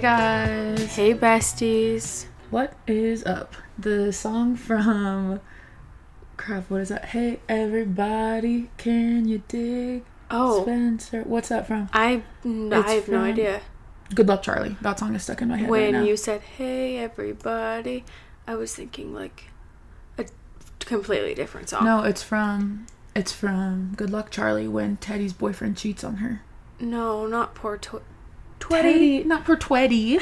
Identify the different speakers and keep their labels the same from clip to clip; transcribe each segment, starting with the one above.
Speaker 1: guys.
Speaker 2: Hey, besties.
Speaker 1: What is up? The song from crap, what is that? Hey everybody, can you dig?
Speaker 2: Oh,
Speaker 1: Spencer. What's that from?
Speaker 2: I, n- I
Speaker 1: It's
Speaker 2: have no
Speaker 1: from-
Speaker 2: idea.
Speaker 1: Good luck Charlie. That song is stuck in my head. right
Speaker 2: When
Speaker 1: now.
Speaker 2: you said, hey, everybody, I was thinking like a completely different song.
Speaker 1: No, it's from it's from Good Luck Charlie when Teddy's boyfriend cheats on her.
Speaker 2: No, not poor tw- Twitty.
Speaker 1: Teddy, not for Tweddy.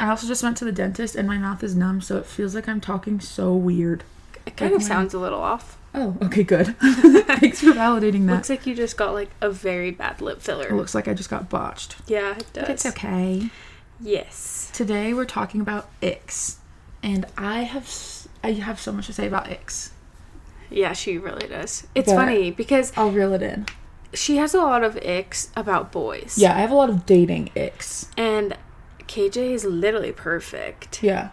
Speaker 1: I also just went to the dentist and my mouth is numb, so it feels like I'm talking so weird.
Speaker 2: It kind
Speaker 1: Like
Speaker 2: of
Speaker 1: when-
Speaker 2: sounds a little off.
Speaker 1: Oh, okay, good. Thanks for validating that.
Speaker 2: Looks like you just got like a very bad lip
Speaker 1: It
Speaker 2: filler.
Speaker 1: looks like I just got botched.
Speaker 2: yeah, it does.
Speaker 1: Oh. But it's okay.
Speaker 2: Yes.
Speaker 1: Today we're talking about icks, and I have s- I have so much to say about icks.
Speaker 2: Yeah, she really does. It's
Speaker 1: But-
Speaker 2: funny because
Speaker 1: I'll reel it in.
Speaker 2: she has a lot of icks about boys.
Speaker 1: Yeah, I have a lot of dating icks.
Speaker 2: And KJ is literally perfect.
Speaker 1: Yeah,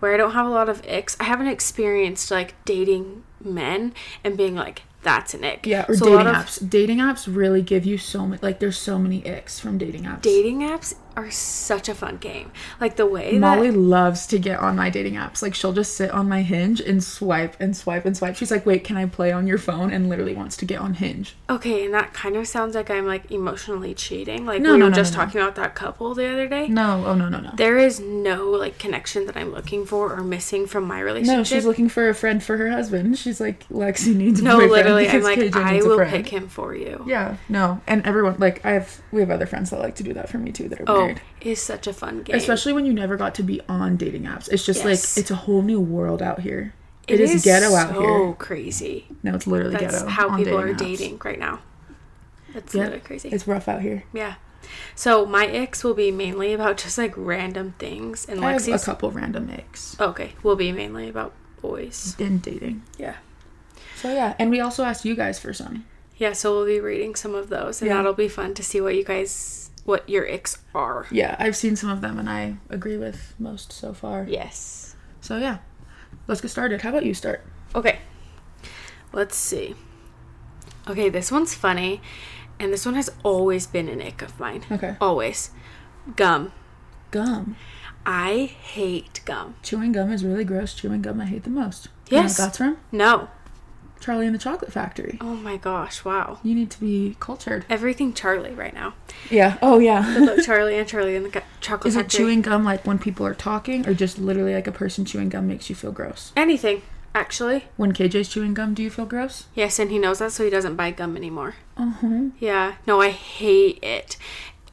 Speaker 2: where I don't have a lot of icks. I haven't experienced like dating men and being like, that's an ick.
Speaker 1: yeah. Or
Speaker 2: So a
Speaker 1: dating
Speaker 2: lot of
Speaker 1: apps. Dating apps really give you so much. Like, there's so many icks from dating apps.
Speaker 2: Dating apps are such a fun game. Like the way
Speaker 1: Molly
Speaker 2: that
Speaker 1: loves to get on my dating apps. Like, she'll just sit on my Hinge and swipe and swipe and swipe. She's like, "Wait, can I play on your phone?" And literally wants to get on Hinge.
Speaker 2: okay, and that kind of sounds like I'm like emotionally cheating. Like
Speaker 1: No,
Speaker 2: we
Speaker 1: no,
Speaker 2: were
Speaker 1: no,
Speaker 2: just
Speaker 1: no, no.
Speaker 2: talking about that couple the other day.
Speaker 1: No, oh no, no, no.
Speaker 2: There is no like connection that I'm looking for or missing from my relationship.
Speaker 1: No, she's looking for a friend for her husband. She's like, Lexi needs a
Speaker 2: No,
Speaker 1: boyfriend
Speaker 2: literally, I'm
Speaker 1: because
Speaker 2: like,
Speaker 1: KJ
Speaker 2: I
Speaker 1: needs a
Speaker 2: will
Speaker 1: friend."
Speaker 2: pick him for you.
Speaker 1: Yeah, no, and everyone like I have we have other friends that like to do that for me too that are
Speaker 2: Oh,
Speaker 1: married.
Speaker 2: is such a fun game.
Speaker 1: Especially when you never got to be on dating apps. It's
Speaker 2: Yes.
Speaker 1: just like it's a whole new world out here. it is, ghetto out
Speaker 2: So
Speaker 1: here.
Speaker 2: crazy.
Speaker 1: No, it's literally
Speaker 2: That's
Speaker 1: ghetto.
Speaker 2: how
Speaker 1: on
Speaker 2: people are
Speaker 1: dating apps.
Speaker 2: dating right now. That's
Speaker 1: Yep.
Speaker 2: literally crazy.
Speaker 1: It's rough out here.
Speaker 2: yeah. So my icks will be mainly about just like random things, and
Speaker 1: I have a
Speaker 2: Lexi's Oh,
Speaker 1: couple random icks
Speaker 2: okay will be mainly about boys.
Speaker 1: in dating.
Speaker 2: Yeah.
Speaker 1: So yeah, and we also asked you guys for some.
Speaker 2: Yeah. So we'll be reading some of those, and
Speaker 1: Yeah.
Speaker 2: that'll be fun to see what you guys what your icks are.
Speaker 1: Yeah, I've seen some of them and I agree with most so far.
Speaker 2: Yes.
Speaker 1: So yeah, let's get started. How about you start?
Speaker 2: Okay. Let's see. Okay, this one's funny, and this one has always been an ick of mine.
Speaker 1: Okay.
Speaker 2: Always. Gum.
Speaker 1: Gum.
Speaker 2: I hate gum.
Speaker 1: Chewing gum is really gross. Chewing gum I hate the most. You know what
Speaker 2: Yes.
Speaker 1: that's from?
Speaker 2: No.
Speaker 1: Charlie and the Chocolate Factory.
Speaker 2: Oh my gosh, wow.
Speaker 1: You need to be cultured.
Speaker 2: Everything Charlie right now.
Speaker 1: Yeah. Oh yeah.
Speaker 2: Look, Charlie and Charlie and the Ca- chocolate
Speaker 1: Is it
Speaker 2: factory.
Speaker 1: chewing gum like when people are talking, or just literally like a person chewing gum makes you feel gross?
Speaker 2: Anything, actually.
Speaker 1: When KJ's chewing gum, do you feel gross?
Speaker 2: Yes, and he knows that, so he doesn't buy gum anymore.
Speaker 1: Uh huh.
Speaker 2: Yeah, no, I hate it.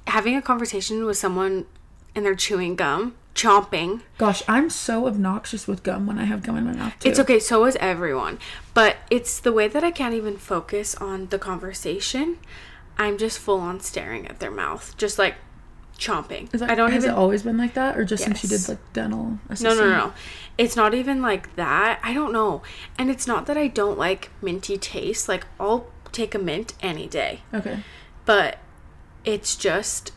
Speaker 2: Having a conversation with someone and they're chewing gum, chomping.
Speaker 1: Gosh, I'm so obnoxious with gum when I have gum in my mouth. Too.
Speaker 2: It's okay, so is everyone. But it's the way that I can't even focus on the conversation. I'm just full on staring at their mouth, just like chomping.
Speaker 1: Is that,
Speaker 2: I don't
Speaker 1: has
Speaker 2: even
Speaker 1: it always been like that, or just since you did
Speaker 2: Yes.
Speaker 1: like dental?
Speaker 2: No,
Speaker 1: Assistant?
Speaker 2: no, no, no. It's not even like that. I don't know. And it's not that I don't like minty taste. Like, I'll take a mint any day.
Speaker 1: Okay.
Speaker 2: But it's just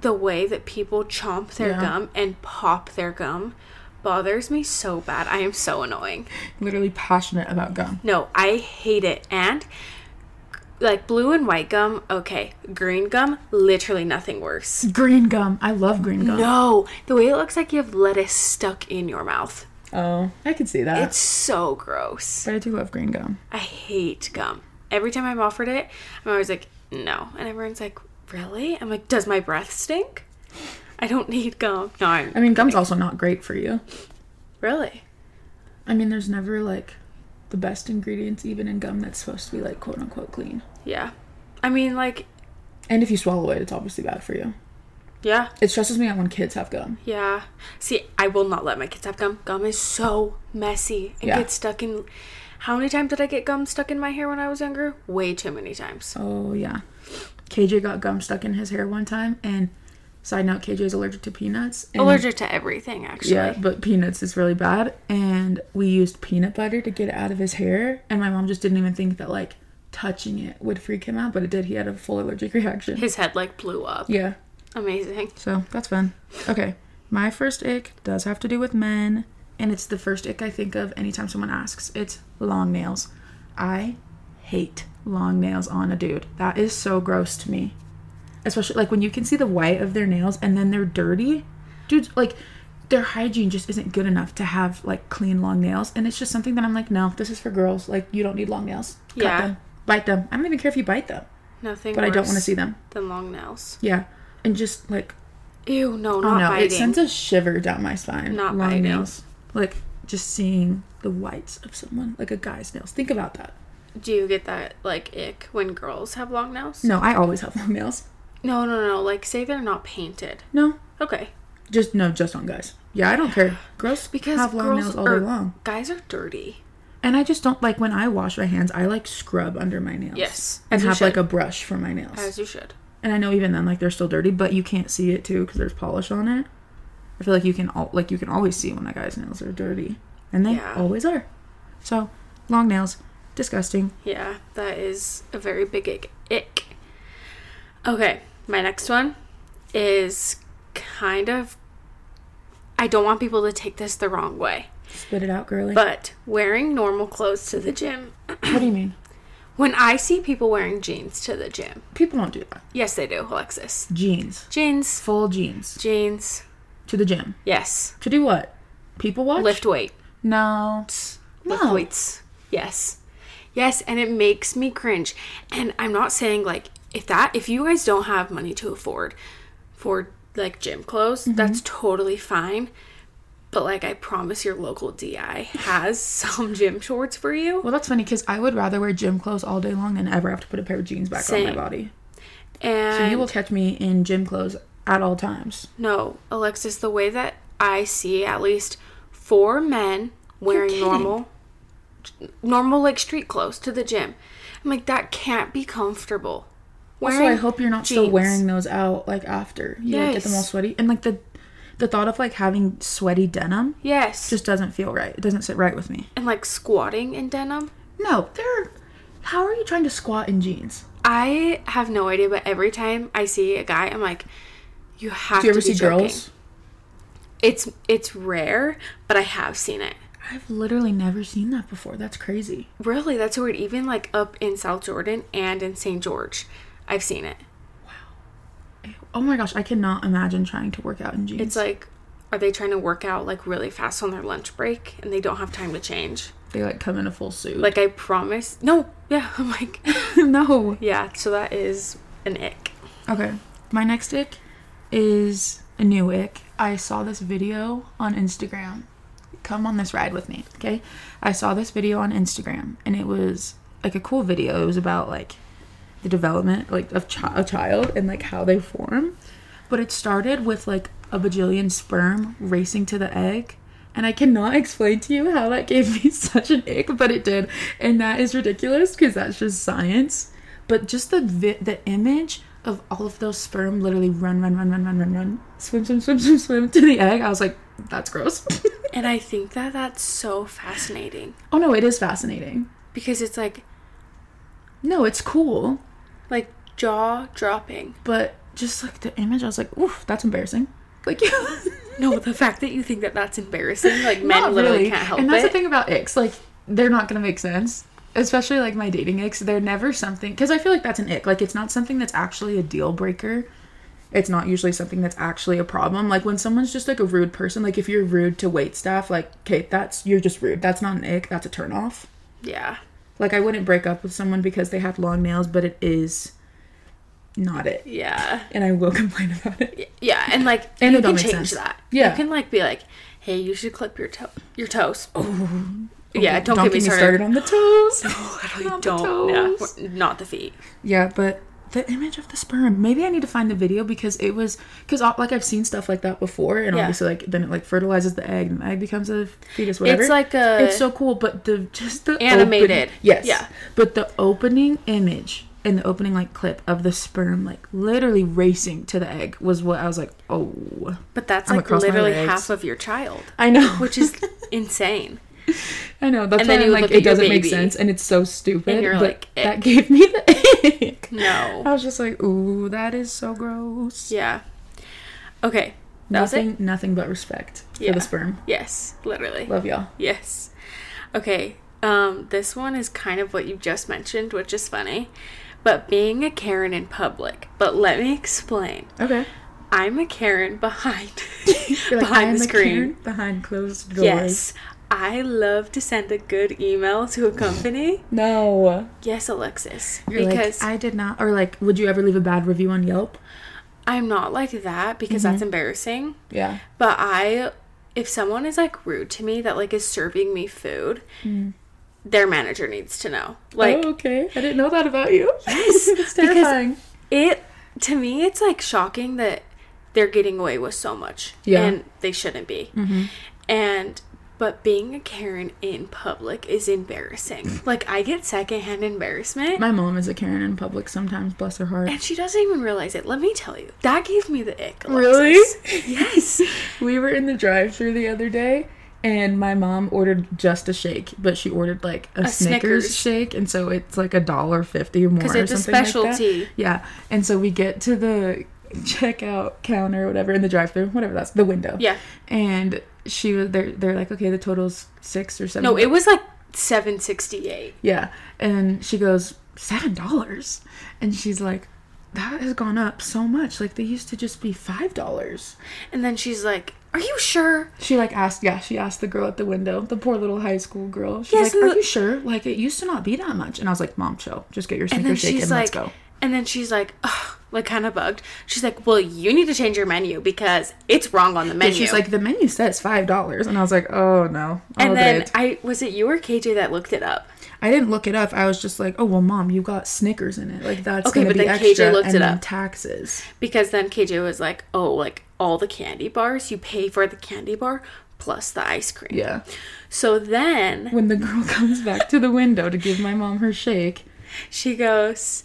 Speaker 2: the way that people chomp their
Speaker 1: Yeah.
Speaker 2: gum and pop their gum bothers me so bad. I am so annoying.
Speaker 1: Literally passionate about gum.
Speaker 2: No, I hate it. And like blue and white gum, okay. Green gum, literally nothing worse.
Speaker 1: Green gum. I love green gum.
Speaker 2: No, the way it looks like you have lettuce stuck in your mouth.
Speaker 1: Oh, I can see that.
Speaker 2: It's so gross.
Speaker 1: but I do love green gum.
Speaker 2: I hate gum. Every time I'm offered it, I'm always like, no. And everyone's like, really? I'm like, does my breath stink? I don't need gum. No, I'm
Speaker 1: I mean, gum's also not great for you.
Speaker 2: really.
Speaker 1: I mean, there's never like the best ingredients even in gum that's supposed to be like quote unquote clean.
Speaker 2: Yeah. I mean, like,
Speaker 1: And if you swallow it, it's obviously bad for you.
Speaker 2: yeah,
Speaker 1: It stresses me out when kids have gum.
Speaker 2: yeah. See, I will not let my kids have gum. Gum is so messy. It
Speaker 1: Yeah.
Speaker 2: gets stuck in. How many times did I get gum stuck in my hair when I was younger? Way too many times.
Speaker 1: Oh yeah. KJ got gum stuck in his hair one time and side note KJ's allergic to peanuts. And,
Speaker 2: Allergic to everything, actually.
Speaker 1: Yeah, but peanuts is really bad and we used peanut butter to get it out of his hair and my mom just didn't even think that like touching it would freak him out, but it did. He had a full allergic reaction.
Speaker 2: His head, like, blew up.
Speaker 1: Yeah.
Speaker 2: Amazing.
Speaker 1: So that's fun. Okay. My first ick does have to do with men, and it's the first ick I think of anytime someone asks. It's long nails. I hate long nails on a dude. That is so gross to me. especially like when you can see the white of their nails and then they're dirty, dudes like their hygiene just isn't good enough to have like clean long nails, and it's just something that I'm like, no, this is for girls. Like you don't need long nails. Cut
Speaker 2: Yeah.
Speaker 1: them, bite them. I don't even care if you bite them,
Speaker 2: Nothing.
Speaker 1: but I don't
Speaker 2: worse
Speaker 1: want to see them.
Speaker 2: than long nails.
Speaker 1: Yeah, and just like
Speaker 2: Ew, no,
Speaker 1: oh
Speaker 2: not
Speaker 1: no,
Speaker 2: biting.
Speaker 1: it sends a shiver down my spine.
Speaker 2: Not
Speaker 1: long
Speaker 2: biting.
Speaker 1: nails, like just seeing the whites of someone, like a guy's nails. Think about that.
Speaker 2: Do you get that like ick when girls have long nails?
Speaker 1: No, I always have long nails.
Speaker 2: No, no, no. Like say they're not painted.
Speaker 1: No,
Speaker 2: Okay.
Speaker 1: just no, just on guys. Yeah, I don't care. Girls
Speaker 2: Because
Speaker 1: have long
Speaker 2: girls
Speaker 1: nails all
Speaker 2: are,
Speaker 1: day long,
Speaker 2: Guys are dirty.
Speaker 1: and I just don't like when I wash my hands. I like scrub under my nails.
Speaker 2: Yes,
Speaker 1: and
Speaker 2: as you
Speaker 1: have like
Speaker 2: should.
Speaker 1: a brush for my nails.
Speaker 2: As you should.
Speaker 1: and I know even then, like they're still dirty, but you can't see it too because there's polish on it. I feel like you can all like you can always see when a guy's nails are dirty, and they
Speaker 2: Yeah.
Speaker 1: always are. So long nails, disgusting.
Speaker 2: Yeah, that is a very big ick. ick. Okay, my next one is kind of. I don't want people to take this the wrong way,
Speaker 1: Spit it out, girly.
Speaker 2: but wearing normal clothes to the gym.
Speaker 1: what do you mean?
Speaker 2: When I see people wearing jeans to the gym,
Speaker 1: People don't do that.
Speaker 2: yes, they do, Alexis.
Speaker 1: Jeans,
Speaker 2: Jeans,
Speaker 1: full jeans,
Speaker 2: jeans.
Speaker 1: to the gym
Speaker 2: Yes,
Speaker 1: to do what? People watch.
Speaker 2: lift weight.
Speaker 1: No.
Speaker 2: lift
Speaker 1: No.
Speaker 2: weights. Yes. Yes, and it makes me cringe. And I'm not saying like if that if you guys don't have money to afford for like gym clothes,
Speaker 1: Mm-hmm.
Speaker 2: that's totally fine. But like I promise your local DI has some gym shorts for you.
Speaker 1: Well, that's funny because I would rather wear gym clothes all day long than ever have to put a pair of jeans back on
Speaker 2: Same.
Speaker 1: my body.
Speaker 2: And
Speaker 1: So you will catch me in gym clothes at all times.
Speaker 2: No, Alexis, the way that I see at least four men wearing
Speaker 1: kidding.
Speaker 2: normal normal like street clothes to the gym. I'm like that can't be comfortable.
Speaker 1: Also, I hope you're not still
Speaker 2: jeans.
Speaker 1: wearing those out like after you like, get them all
Speaker 2: Yes.
Speaker 1: sweaty. And like the the thought of like having sweaty denim
Speaker 2: Yes.
Speaker 1: just doesn't feel right. It doesn't sit right with me.
Speaker 2: and like squatting in denim.
Speaker 1: No, they're. How are you trying to squat in jeans?
Speaker 2: I have no idea, but every time I see a guy, I'm like, you have
Speaker 1: Do you
Speaker 2: to
Speaker 1: ever
Speaker 2: be
Speaker 1: see
Speaker 2: joking.
Speaker 1: girls?
Speaker 2: It's it's rare, but I have seen it.
Speaker 1: I've literally never seen that before. That's crazy.
Speaker 2: Really, that's weird. Even like up in South Jordan and in St. George, I've seen it.
Speaker 1: Oh my gosh, I cannot imagine trying to work out in jeans.
Speaker 2: It's like, are they trying to work out like really fast on their lunch break and they don't have time to change?
Speaker 1: they like come in a full suit.
Speaker 2: Like I promise. No, yeah. I'm like,
Speaker 1: no.
Speaker 2: yeah. So that is an ick.
Speaker 1: Okay. My next ick is a new ick. I saw this video on Instagram. Come on this ride with me, okay? I saw this video on Instagram and it was like a cool video. It was about like the development like of chi- a child and like how they form. But it started with like a bajillion sperm racing to the egg. And I cannot explain to you how that gave me such an ick, but it did. And that is ridiculous because that's just science. But just the vi- the image of all of those sperm literally run, run, run, run, run, run, run, swim, swim, swim, swim, swim to the egg. I was like, that's gross.
Speaker 2: And I think that that's so fascinating
Speaker 1: oh no, it is fascinating.
Speaker 2: because it's like,
Speaker 1: No, it's cool,
Speaker 2: like jaw dropping.
Speaker 1: but just like the image, I was like, oof, that's embarrassing. Like,
Speaker 2: No, the fact that you think that that's embarrassing, like men
Speaker 1: Not
Speaker 2: literally
Speaker 1: really.
Speaker 2: can't help
Speaker 1: And that's
Speaker 2: it.
Speaker 1: the thing about icks. Like, they're not going to make sense. Especially like my dating icks. They're never something. Because I feel like that's an ick. Like, it's not something that's actually a deal breaker. It's not usually something that's actually a problem. Like, when someone's just like a rude person, like if you're rude to wait staff, like, okay, that's, you're just rude. That's not an ick. That's a turnoff.
Speaker 2: Yeah,
Speaker 1: Like, I wouldn't break up with someone because they have long nails, but it is not it.
Speaker 2: yeah,
Speaker 1: And I will complain about it.
Speaker 2: yeah. And like,
Speaker 1: And
Speaker 2: you
Speaker 1: it don't
Speaker 2: can
Speaker 1: make
Speaker 2: change
Speaker 1: sense.
Speaker 2: that.
Speaker 1: Yeah.
Speaker 2: you can like be like, hey, you should clip your toe, your toes. Oh, yeah. Don't,
Speaker 1: Don't
Speaker 2: get me started.
Speaker 1: on the toes.
Speaker 2: Literally
Speaker 1: Not the
Speaker 2: don't. yeah,
Speaker 1: toes.
Speaker 2: we're- not the feet.
Speaker 1: Yeah, but the image of the sperm. Maybe I need to find the video because it was because like I've seen stuff like that before, and
Speaker 2: Yeah.
Speaker 1: obviously like then it like fertilizes the egg, and the egg becomes a fetus. Whatever.
Speaker 2: like a-
Speaker 1: It's so cool, but the just the
Speaker 2: Animated.
Speaker 1: open- yes.
Speaker 2: Yeah.
Speaker 1: But the opening image and the opening like clip of the sperm like literally racing to the egg was what I was like, oh,
Speaker 2: But that's
Speaker 1: I'ma
Speaker 2: like
Speaker 1: cross my
Speaker 2: literally
Speaker 1: legs.
Speaker 2: half of your child,
Speaker 1: I know,
Speaker 2: which is insane.
Speaker 1: I know. That's
Speaker 2: And
Speaker 1: why
Speaker 2: then
Speaker 1: I'm
Speaker 2: you
Speaker 1: like
Speaker 2: look at
Speaker 1: it
Speaker 2: your
Speaker 1: doesn't make
Speaker 2: baby.
Speaker 1: sense, and it's so stupid.
Speaker 2: And you're
Speaker 1: but
Speaker 2: like,
Speaker 1: that
Speaker 2: ick.
Speaker 1: gave me the ick.
Speaker 2: No.
Speaker 1: I was just like, ooh, that is so gross.
Speaker 2: Yeah. Okay. That was
Speaker 1: nothing,
Speaker 2: it.
Speaker 1: nothing but respect for
Speaker 2: Yeah.
Speaker 1: the sperm.
Speaker 2: Yes, literally.
Speaker 1: Love y'all.
Speaker 2: Yes. Okay. Um, this one is kind of what you just mentioned, which is funny. but being a Karen in public. But let me explain.
Speaker 1: Okay.
Speaker 2: I'm a Karen behind
Speaker 1: You're like,
Speaker 2: behind
Speaker 1: "I'm
Speaker 2: the
Speaker 1: a
Speaker 2: screen.
Speaker 1: Karen behind closed doors.
Speaker 2: Yes. I love to send a good email to a company.
Speaker 1: No.
Speaker 2: Yes, Alexis.
Speaker 1: You're
Speaker 2: because
Speaker 1: like, I did not, or like, would you ever leave a bad review on Yelp?
Speaker 2: I'm not like that because
Speaker 1: Mm-hmm.
Speaker 2: that's embarrassing.
Speaker 1: Yeah.
Speaker 2: But I, if someone is like rude to me that like is serving me food, their manager needs to know. Like,
Speaker 1: Mm. oh, okay. I didn't know that about you.
Speaker 2: Yes,
Speaker 1: it's
Speaker 2: because-
Speaker 1: terrifying.
Speaker 2: it to me it's like shocking that they're getting away with so much
Speaker 1: Yeah. Mm-hmm.
Speaker 2: and they shouldn't be and but being a karen in public is embarrassing like i get secondhand embarrassment
Speaker 1: My mom is a Karen in public sometimes, bless her heart.
Speaker 2: and she doesn't even realize it let me tell you that gave me the ick
Speaker 1: Really?
Speaker 2: Alexis. yes
Speaker 1: We were in the drive through the other day, and my mom ordered just a shake, but she ordered like a, Snickers,
Speaker 2: Snickers.
Speaker 1: shake, and so it's like a dollar fifty more.
Speaker 2: 'Cause
Speaker 1: or
Speaker 2: it's a
Speaker 1: something like that.
Speaker 2: specialty.
Speaker 1: yeah, and so we get to the checkout counter, or whatever, in the drive through, whatever that's the window.
Speaker 2: Yeah.
Speaker 1: and she was they're they're like, okay, the total's six or seven.
Speaker 2: no it was like 768
Speaker 1: Yeah. And she goes, seven dollars. And she's like, that has gone up so much. Like they used to just be five dollars.
Speaker 2: and then she's like are you sure
Speaker 1: She like asked, yeah, she asked the girl at the window, the poor little high school girl. She's
Speaker 2: Yes,
Speaker 1: like,
Speaker 2: and
Speaker 1: are
Speaker 2: the-
Speaker 1: you sure? Like it used to not be that much. And I was like, mom, chill. Just get your
Speaker 2: and
Speaker 1: sneaker
Speaker 2: then
Speaker 1: shake
Speaker 2: she's
Speaker 1: and
Speaker 2: like
Speaker 1: let's go.
Speaker 2: and then she's like Ugh, like kind of bugged she's like well you need to change your menu because it's wrong on the menu
Speaker 1: And she's like, the menu says five dollars. And I was like, oh no. Oh,
Speaker 2: And then
Speaker 1: great.
Speaker 2: I was it you or KJ that looked it up.
Speaker 1: I didn't look it up. I was just like, oh well, mom, you got Snickers in it. Like that's
Speaker 2: Okay,
Speaker 1: gonna
Speaker 2: but
Speaker 1: be
Speaker 2: then KJ
Speaker 1: extra.
Speaker 2: looked
Speaker 1: and
Speaker 2: it
Speaker 1: then
Speaker 2: up.
Speaker 1: taxes.
Speaker 2: Because then KJ was like, Oh, like all the candy bars, you pay for the candy bar plus the ice cream.
Speaker 1: Yeah.
Speaker 2: So then
Speaker 1: When the girl comes back to the window to give my mom her shake,
Speaker 2: she goes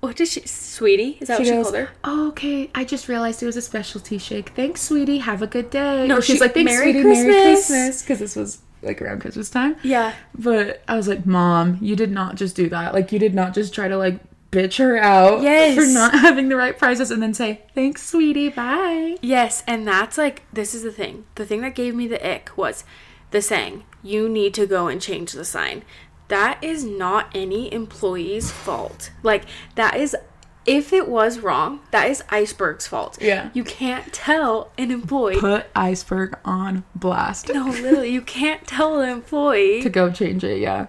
Speaker 2: What did she sweetie? Is that
Speaker 1: She
Speaker 2: what she
Speaker 1: goes,
Speaker 2: called her?
Speaker 1: "Oh, okay, I just realized it was a specialty shake. Thanks, sweetie. Have a good day.
Speaker 2: No,
Speaker 1: Or she's
Speaker 2: she-
Speaker 1: like, thanks,
Speaker 2: "Merry
Speaker 1: sweetie. Merry
Speaker 2: Christmas."
Speaker 1: Christmas. Because this was like around Christmas time.
Speaker 2: Yeah.
Speaker 1: But I was like, Mom, you did not just do that. Like, you did not just try to like bitch her out
Speaker 2: Yes.
Speaker 1: for not having the right prices and then say, thanks, sweetie. Bye.
Speaker 2: Yes, and that's like this is the thing. The thing that gave me the ick was the saying, you need to go and change the sign. That is not any employee's fault. Like that is if it was wrong, that is iceberg's fault.
Speaker 1: Yeah.
Speaker 2: You can't tell an employee
Speaker 1: Put iceberg on blast.
Speaker 2: No, literally, you can't tell an employee.
Speaker 1: To go change it, yeah.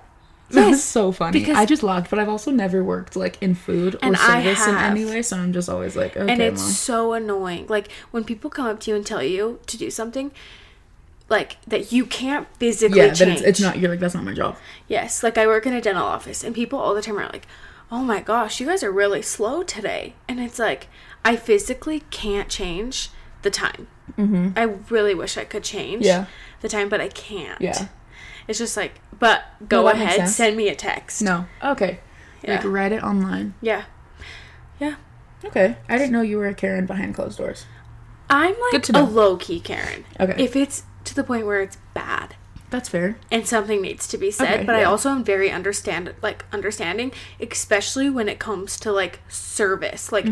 Speaker 1: That was
Speaker 2: Yes,
Speaker 1: so funny.
Speaker 2: because-
Speaker 1: I just laughed, but I've also never worked like in food or
Speaker 2: And I
Speaker 1: service in any
Speaker 2: have.
Speaker 1: way, so I'm just always like, okay,
Speaker 2: and it's
Speaker 1: mom.
Speaker 2: so annoying. Like when people come up to you and tell you to do something like that you can't physically
Speaker 1: yeah,
Speaker 2: change.
Speaker 1: that it's, it's not. You're like, that's not my job.
Speaker 2: Yes, like I work in a dental office, and people all the time are like, "Oh my gosh, you guys are really slow today," and it's like I physically can't change the time. Mm-hmm. I really wish I could change
Speaker 1: Yeah.
Speaker 2: the time, but I can't.
Speaker 1: Yeah.
Speaker 2: it's just like, but go
Speaker 1: that makes
Speaker 2: ahead,
Speaker 1: sense.
Speaker 2: send me a text.
Speaker 1: No. Okay.
Speaker 2: yeah,
Speaker 1: Like read it online.
Speaker 2: yeah, yeah.
Speaker 1: Okay. I didn't know you were a Karen behind closed doors.
Speaker 2: I'm
Speaker 1: Good
Speaker 2: like
Speaker 1: to know.
Speaker 2: a low key Karen.
Speaker 1: Okay.
Speaker 2: if it's to the point where it's bad.
Speaker 1: That's fair.
Speaker 2: and something needs to be said
Speaker 1: Okay,
Speaker 2: but i
Speaker 1: yeah.
Speaker 2: also am very understand like understanding especially when it comes to like service like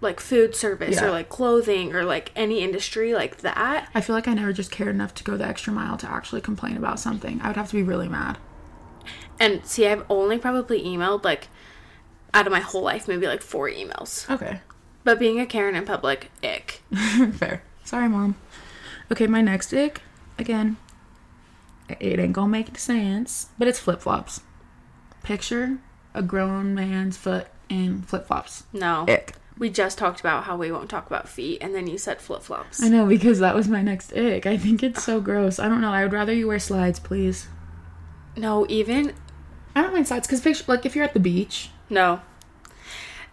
Speaker 2: like food service
Speaker 1: Mm-hmm.
Speaker 2: or
Speaker 1: Yeah.
Speaker 2: like clothing or like any industry like that
Speaker 1: I feel like I never just cared enough to go the extra mile to actually complain about something. I would have to be really mad.
Speaker 2: and see i've only probably emailed like out of my whole life maybe like four emails
Speaker 1: Okay.
Speaker 2: but being a karen in public ick
Speaker 1: fair. Sorry, mom. Okay, my next ick again. It ain't gonna make sense, but it's flip flops. Picture a grown man's foot in flip flops.
Speaker 2: no
Speaker 1: Ick.
Speaker 2: we just talked about how we won't talk about feet and then you said flip-flops
Speaker 1: I know because that was my next ick. I think it's so gross. I don't know. I would rather you wear slides, please.
Speaker 2: no even
Speaker 1: I don't mind slides because picture like if you're at the beach,
Speaker 2: no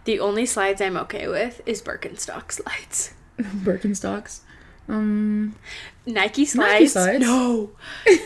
Speaker 2: the only slides i'm okay with is birkenstock slides
Speaker 1: Birkenstocks. Um,
Speaker 2: Nike slides.
Speaker 1: Nike slides.
Speaker 2: No,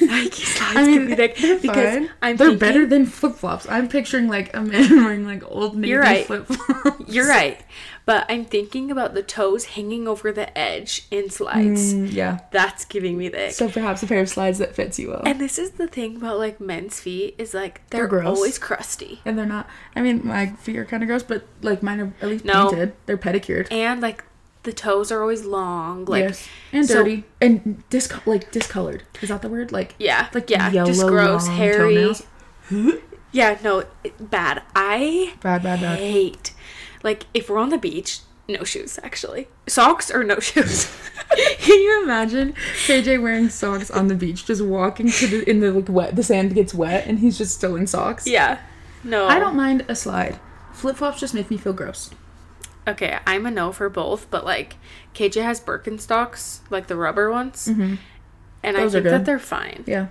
Speaker 2: Nike slides. I mean,
Speaker 1: they're
Speaker 2: because
Speaker 1: fine.
Speaker 2: I'm
Speaker 1: they're
Speaker 2: thinking,
Speaker 1: better than flip flops. I'm picturing like a man wearing like old navy
Speaker 2: You're right.
Speaker 1: flip flops.
Speaker 2: You're right, but I'm thinking about the toes hanging over the edge in slides.
Speaker 1: yeah.
Speaker 2: That's giving me the. ick.
Speaker 1: Mm. So perhaps a pair of slides that fits you well, and,
Speaker 2: and this is the thing about like men's feet is like they're,
Speaker 1: They're gross.
Speaker 2: always crusty
Speaker 1: they're not. I mean, my feet are kind of gross, but like mine are at least
Speaker 2: No.
Speaker 1: painted. They're pedicured.
Speaker 2: and like the toes are always long. Like
Speaker 1: yes, and
Speaker 2: so-
Speaker 1: dirty and disco- like discolored. Is that the word? Like
Speaker 2: Yeah,
Speaker 1: like
Speaker 2: yeah,
Speaker 1: yellow
Speaker 2: just gross,
Speaker 1: long
Speaker 2: hairy.
Speaker 1: toenails.
Speaker 2: Yeah, no, it- bad. I
Speaker 1: Bad, bad, bad.
Speaker 2: hate like if we're on the beach, no shoes actually. Socks or no shoes.
Speaker 1: Can you imagine KJ wearing socks on the beach, just walking to the in the like wet? The sand gets wet, and he's just still in socks.
Speaker 2: yeah. No.
Speaker 1: I don't mind a slide. Flip flops just make me feel gross.
Speaker 2: Okay, I'm a no for both, but like KJ has Birkenstocks, like the rubber ones. And
Speaker 1: Mm-hmm. Those
Speaker 2: I
Speaker 1: are
Speaker 2: think that
Speaker 1: good.
Speaker 2: they're fine,
Speaker 1: Yeah,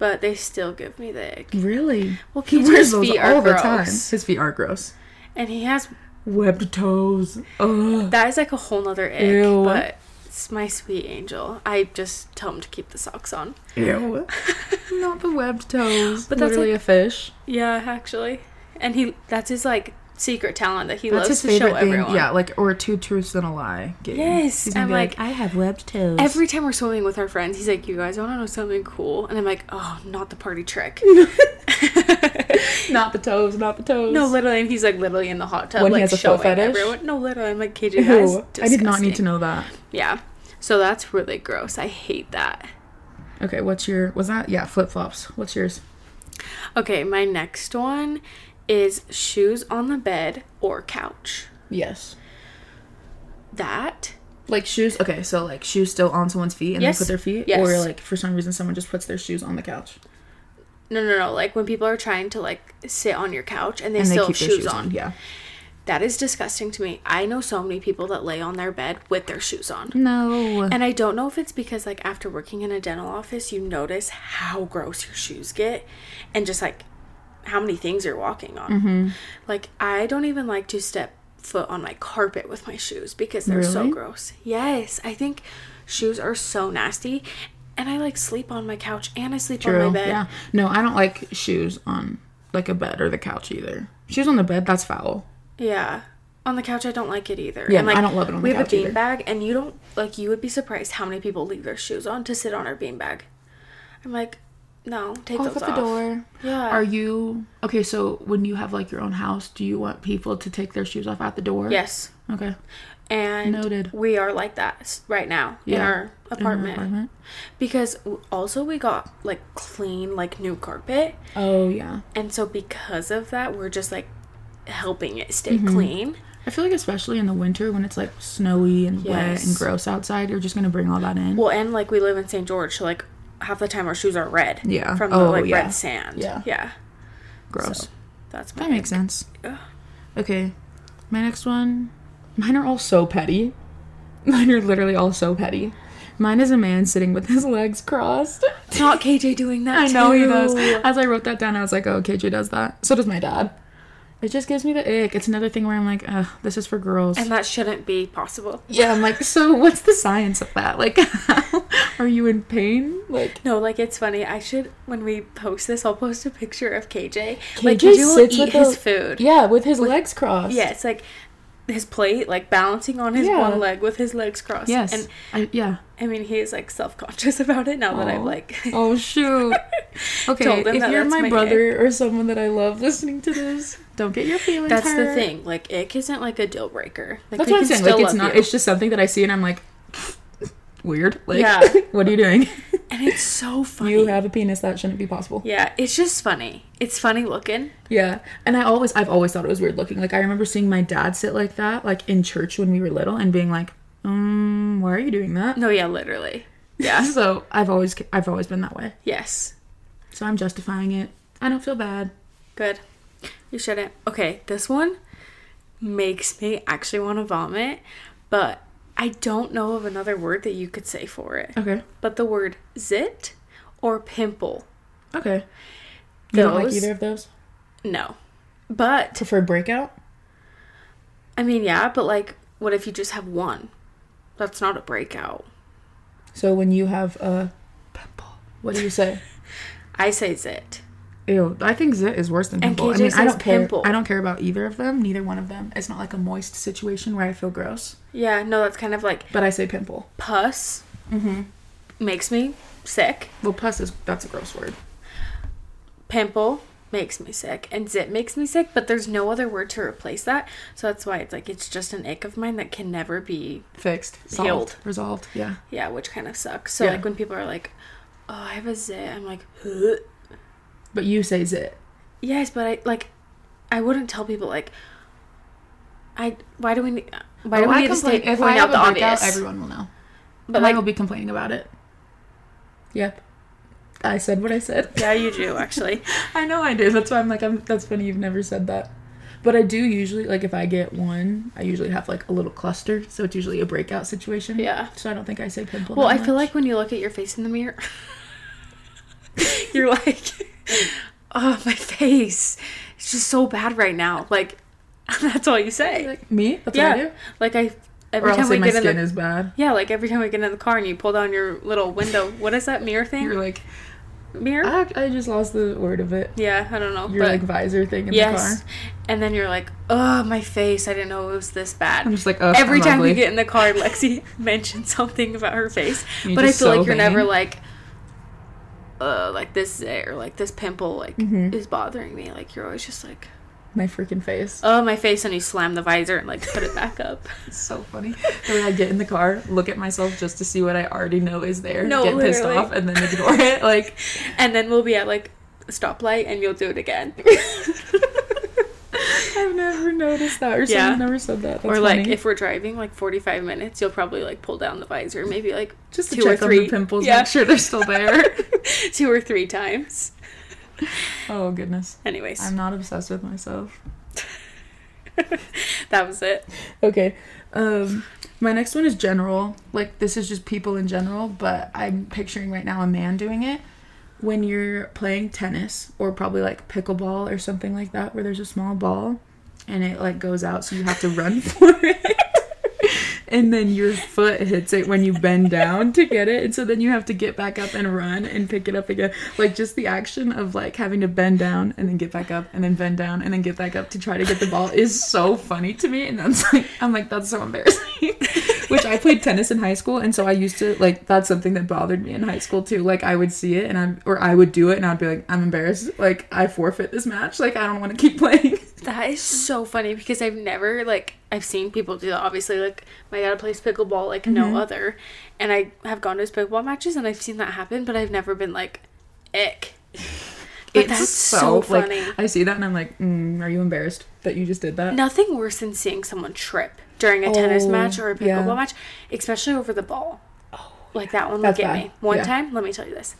Speaker 2: but they still give me the ick.
Speaker 1: really.
Speaker 2: Well,
Speaker 1: He
Speaker 2: KJ's
Speaker 1: wears those
Speaker 2: feet
Speaker 1: all
Speaker 2: are
Speaker 1: the
Speaker 2: gross,
Speaker 1: time. His feet are gross.
Speaker 2: and he has
Speaker 1: Webbed toes. Ugh.
Speaker 2: that is like a whole nother ick.
Speaker 1: Ew.
Speaker 2: But it's my sweet angel. I just tell him to keep the socks on.
Speaker 1: Ew. Not the webbed toes.
Speaker 2: But
Speaker 1: But
Speaker 2: that's
Speaker 1: that's literally a fish.
Speaker 2: Yeah, actually, and he—that's his like secret talent that he
Speaker 1: That's
Speaker 2: loves
Speaker 1: his
Speaker 2: to
Speaker 1: favorite
Speaker 2: show
Speaker 1: thing.
Speaker 2: everyone.
Speaker 1: Yeah, like or two truths and a lie. Game.
Speaker 2: Yes,
Speaker 1: He's gonna
Speaker 2: I'm
Speaker 1: be
Speaker 2: like,
Speaker 1: I have webbed toes.
Speaker 2: Every time we're swimming with our friends, he's like, "You guys want to know something cool?" And I'm like, "Oh, not the party trick."
Speaker 1: not the toes, not the toes.
Speaker 2: no, literally, and he's like literally in the hot tub,
Speaker 1: When he
Speaker 2: like
Speaker 1: has a
Speaker 2: showing
Speaker 1: foot fetish?
Speaker 2: everyone. No, literally, I'm like, "KJ,
Speaker 1: Ew,
Speaker 2: that's
Speaker 1: I did not need to
Speaker 2: disgusting."
Speaker 1: know that.
Speaker 2: Yeah, so that's really gross. I hate that.
Speaker 1: Okay, what's your? Was that? Yeah, flip flops. What's yours?
Speaker 2: Okay, my next one is shoes on the bed or couch.
Speaker 1: Yes.
Speaker 2: That
Speaker 1: Like shoes. Okay, so like shoes still on someone's feet and
Speaker 2: Yes,
Speaker 1: they put their feet,
Speaker 2: yes.
Speaker 1: or like for some reason someone just puts their shoes on the couch
Speaker 2: no, no, no. Like when people are trying to like sit on your couch and they
Speaker 1: and they
Speaker 2: still
Speaker 1: keep
Speaker 2: have
Speaker 1: their
Speaker 2: shoes, on.
Speaker 1: Yeah.
Speaker 2: That is disgusting to me. I know so many people that lay on their bed with their shoes on.
Speaker 1: Mm. No.
Speaker 2: And I don't know if it's because like after working in a dental office, you notice how gross your shoes get and just like how many things you're walking on.
Speaker 1: Mm-hmm.
Speaker 2: Like I don't even like to step foot on my carpet with my shoes because they're so
Speaker 1: Really?
Speaker 2: gross. Yes, I think shoes are so nasty. And I like sleep on my couch and I sleep
Speaker 1: True.
Speaker 2: on my bed.
Speaker 1: Yeah. No, I don't like shoes on like a bed or the couch either. Shoes on the bed, that's foul.
Speaker 2: Yeah. On the couch, I don't like it either.
Speaker 1: Yeah,
Speaker 2: and, like,
Speaker 1: I don't love it on
Speaker 2: We
Speaker 1: the
Speaker 2: have
Speaker 1: couch
Speaker 2: a
Speaker 1: either.
Speaker 2: beanbag, and you don't like. You would be surprised how many people leave their shoes on to sit on our beanbag. I'm like, no, take
Speaker 1: Lock
Speaker 2: those
Speaker 1: up
Speaker 2: off.
Speaker 1: the door.
Speaker 2: Yeah.
Speaker 1: Are you okay? So when you have like your own house, do you want people to take their shoes off at the door?
Speaker 2: Yes.
Speaker 1: Okay.
Speaker 2: And
Speaker 1: Noted.
Speaker 2: we are like that s- right now in
Speaker 1: Yeah.
Speaker 2: our apartment
Speaker 1: apartment.
Speaker 2: because w- also we got like clean like new carpet,
Speaker 1: Oh yeah.
Speaker 2: and so because of that, we're just like helping it stay
Speaker 1: Mm-hmm.
Speaker 2: clean.
Speaker 1: I feel like especially in the winter when it's like snowy and wet and
Speaker 2: Yes.
Speaker 1: gross outside, you're just gonna bring all that in.
Speaker 2: Well, and like we live in St. George, so like half the time our shoes are red.
Speaker 1: Yeah.
Speaker 2: From the
Speaker 1: Oh,
Speaker 2: like
Speaker 1: yeah.
Speaker 2: red sand.
Speaker 1: Yeah.
Speaker 2: Yeah.
Speaker 1: gross.
Speaker 2: That's my
Speaker 1: that makes sense.
Speaker 2: Ugh.
Speaker 1: Okay. My next one. Mine are all so petty. Mine are literally all so petty. Mine is a man sitting with his legs crossed.
Speaker 2: It's not KJ doing that.
Speaker 1: I know he
Speaker 2: too.
Speaker 1: does. As I wrote that down, I was like, oh, KJ does that. So does my dad. It just gives me the ick. It's another thing where I'm like, ugh, this is for girls.
Speaker 2: And that shouldn't be possible.
Speaker 1: yeah, I'm like, so what's the science of that? Like, are you in pain? Like,
Speaker 2: No, like it's funny. I should when we post this, I'll post a picture of KJ.
Speaker 1: KJ
Speaker 2: like KJ will
Speaker 1: sits
Speaker 2: eat
Speaker 1: with
Speaker 2: his
Speaker 1: the-
Speaker 2: food. Yeah.
Speaker 1: yeah, with his legs crossed.
Speaker 2: it's like his plate, like balancing on his
Speaker 1: Yeah.
Speaker 2: one leg with his legs crossed.
Speaker 1: Yes.
Speaker 2: And
Speaker 1: I, yeah.
Speaker 2: I mean he is like self conscious about it now that I've
Speaker 1: Aw.
Speaker 2: like
Speaker 1: Oh, shoot. Okay,
Speaker 2: Told him
Speaker 1: if
Speaker 2: that
Speaker 1: you're
Speaker 2: that's
Speaker 1: my,
Speaker 2: my
Speaker 1: brother or someone that I love listening to this, don't get your feelings
Speaker 2: That's the
Speaker 1: hurt.
Speaker 2: thing. Like ick isn't like a deal breaker. Like
Speaker 1: That's
Speaker 2: we
Speaker 1: what
Speaker 2: can
Speaker 1: I'm saying. Like,
Speaker 2: still
Speaker 1: it's
Speaker 2: love
Speaker 1: not,
Speaker 2: you.
Speaker 1: it's just something that I see and I'm like, weird. Like,
Speaker 2: Yeah.
Speaker 1: what are you doing?
Speaker 2: and it's so funny.
Speaker 1: You have a penis that shouldn't be possible.
Speaker 2: yeah, it's just funny. It's funny looking.
Speaker 1: Yeah. And I always I've always thought it was weird looking. Like I remember seeing my dad sit like that, like in church when we were little and being like, um, why are you doing that?
Speaker 2: No, yeah, literally. Yeah.
Speaker 1: So I've always I've always been that way.
Speaker 2: yes.
Speaker 1: So I'm justifying it. I don't feel bad.
Speaker 2: Good. You shouldn't. Okay, this one makes me actually want to vomit, but I don't know of another word that you could say for it.
Speaker 1: Okay.
Speaker 2: But the word zit or pimple.
Speaker 1: Okay. You don't like
Speaker 2: Those-
Speaker 1: either of those?
Speaker 2: No. But
Speaker 1: Prefer breakout?
Speaker 2: I mean, yeah, but like what if you just have one? That's not a breakout.
Speaker 1: So when you have a pimple, what do you say?
Speaker 2: I say zit.
Speaker 1: Ew, I think zit is worse than
Speaker 2: And
Speaker 1: pimple. I
Speaker 2: KJ
Speaker 1: mean, I
Speaker 2: says
Speaker 1: don't care.
Speaker 2: pimple.
Speaker 1: I don't care about either of them, neither one of them. It's not like a moist situation where I feel gross,
Speaker 2: Yeah, no, that's kind of like
Speaker 1: but I say pimple.
Speaker 2: pus
Speaker 1: Mm-hmm.
Speaker 2: makes me sick.
Speaker 1: Well, pus is that's a gross word.
Speaker 2: pimple makes me sick and zit makes me sick but there's no other word to replace that so that's why it's like it's just an ache of mine that can never be
Speaker 1: fixed, solved,
Speaker 2: Healed.
Speaker 1: resolved. Yeah.
Speaker 2: yeah which kind of sucks so
Speaker 1: Yeah.
Speaker 2: like when people are like oh i have a zit i'm like "Huh?"
Speaker 1: But you say zit.
Speaker 2: Yes, but I like I wouldn't tell people like I why do we need why do
Speaker 1: Oh,
Speaker 2: we
Speaker 1: I
Speaker 2: need to
Speaker 1: complain-
Speaker 2: stay
Speaker 1: if
Speaker 2: point out
Speaker 1: I have
Speaker 2: the
Speaker 1: a breakout,
Speaker 2: obvious?
Speaker 1: everyone will know.
Speaker 2: but
Speaker 1: and I
Speaker 2: like
Speaker 1: will be complaining about it. Yep. I said what I said.
Speaker 2: yeah, you do actually.
Speaker 1: I know I did. That's why I'm like, I'm, that's funny. You've never said that. But I do usually, like, if I get one, I usually have, like, a little cluster. So it's usually a breakout situation.
Speaker 2: Yeah.
Speaker 1: So I don't think I say pimple.
Speaker 2: Well,
Speaker 1: that
Speaker 2: I feel
Speaker 1: much.
Speaker 2: like when you look at your face in the mirror, you're like, oh, my face. It's just so bad right now. Like, that's all you say.
Speaker 1: Like, me? That's
Speaker 2: yeah.
Speaker 1: what I do?
Speaker 2: Like, I,
Speaker 1: Or
Speaker 2: every
Speaker 1: I'll
Speaker 2: time
Speaker 1: say
Speaker 2: we
Speaker 1: my
Speaker 2: get in
Speaker 1: skin
Speaker 2: the,
Speaker 1: is bad.
Speaker 2: yeah, like every time we get in the car and you pull down your little window, what is that mirror thing?
Speaker 1: You're like,
Speaker 2: mirror?
Speaker 1: I, I just lost the word of it.
Speaker 2: yeah, I don't know.
Speaker 1: Your,
Speaker 2: but
Speaker 1: like, visor thing in
Speaker 2: yes.
Speaker 1: the car.
Speaker 2: And then you're like, oh, my face. I didn't know it was this bad.
Speaker 1: I'm just like, ugh,
Speaker 2: Every
Speaker 1: I'm
Speaker 2: time we
Speaker 1: ugly.
Speaker 2: get in the car, Lexi mentions something about her face.
Speaker 1: You're
Speaker 2: but I feel
Speaker 1: just
Speaker 2: like
Speaker 1: so
Speaker 2: you're never
Speaker 1: vain.
Speaker 2: like, uh, like this day or like this pimple like
Speaker 1: Mhm.
Speaker 2: is bothering me. Like you're always just like,
Speaker 1: My freaking face.
Speaker 2: oh my face, and you slam the visor and like put it back up.
Speaker 1: It's so funny. The way I get in the car, look at myself just to see what I already know is there,
Speaker 2: No,
Speaker 1: get pissed
Speaker 2: literally.
Speaker 1: off, and then ignore it. Like,
Speaker 2: and then we'll be at like a stoplight and you'll do it again.
Speaker 1: I've never noticed that, or
Speaker 2: Yeah.
Speaker 1: someone never said that. That's
Speaker 2: or like
Speaker 1: funny.
Speaker 2: if we're driving like 45 minutes, you'll probably like pull down the visor maybe like
Speaker 1: just to
Speaker 2: two
Speaker 1: check
Speaker 2: or
Speaker 1: on
Speaker 2: three
Speaker 1: the pimples,
Speaker 2: Yeah.
Speaker 1: make sure they're still there.
Speaker 2: two or three times.
Speaker 1: oh goodness,
Speaker 2: Anyways,
Speaker 1: I'm not obsessed with myself.
Speaker 2: that was it.
Speaker 1: Okay, um, my next one is general. Like this is just people in general, but I'm picturing right now a man doing it. When you're playing tennis or probably like pickleball or something like that, where there's a small ball and it like goes out, so you have to run for it. And then your foot hits it when you bend down to get it. And so then you have to get back up and run and pick it up again. Like just the action of like having to bend down and then get back up and then bend down and then get back up to try to get the ball is so funny to me. And that's like, I'm like, that's so embarrassing. Which I played tennis in high school. And so I used to like, that's something that bothered me in high school too. Like I would see it and I'm, or I would do it and I'd be like, I'm embarrassed. Like I forfeit this match. Like I don't want to keep playing.
Speaker 2: That is so funny because I've never like I've seen people do that. Obviously, like my dad plays pickleball like no other, and I have gone to his pickleball matches and I've seen that happen, but I've never been like, ick. Like, that's so,
Speaker 1: like,
Speaker 2: funny.
Speaker 1: I see that and I'm like, mm, are you embarrassed that you just did that?
Speaker 2: Nothing worse than seeing someone trip during a tennis
Speaker 1: Oh,
Speaker 2: match or a pickleball
Speaker 1: yeah.
Speaker 2: match, especially over the ball. Oh, like that one
Speaker 1: That's
Speaker 2: look at
Speaker 1: bad.
Speaker 2: me. One
Speaker 1: Yeah.
Speaker 2: time, let me tell you this.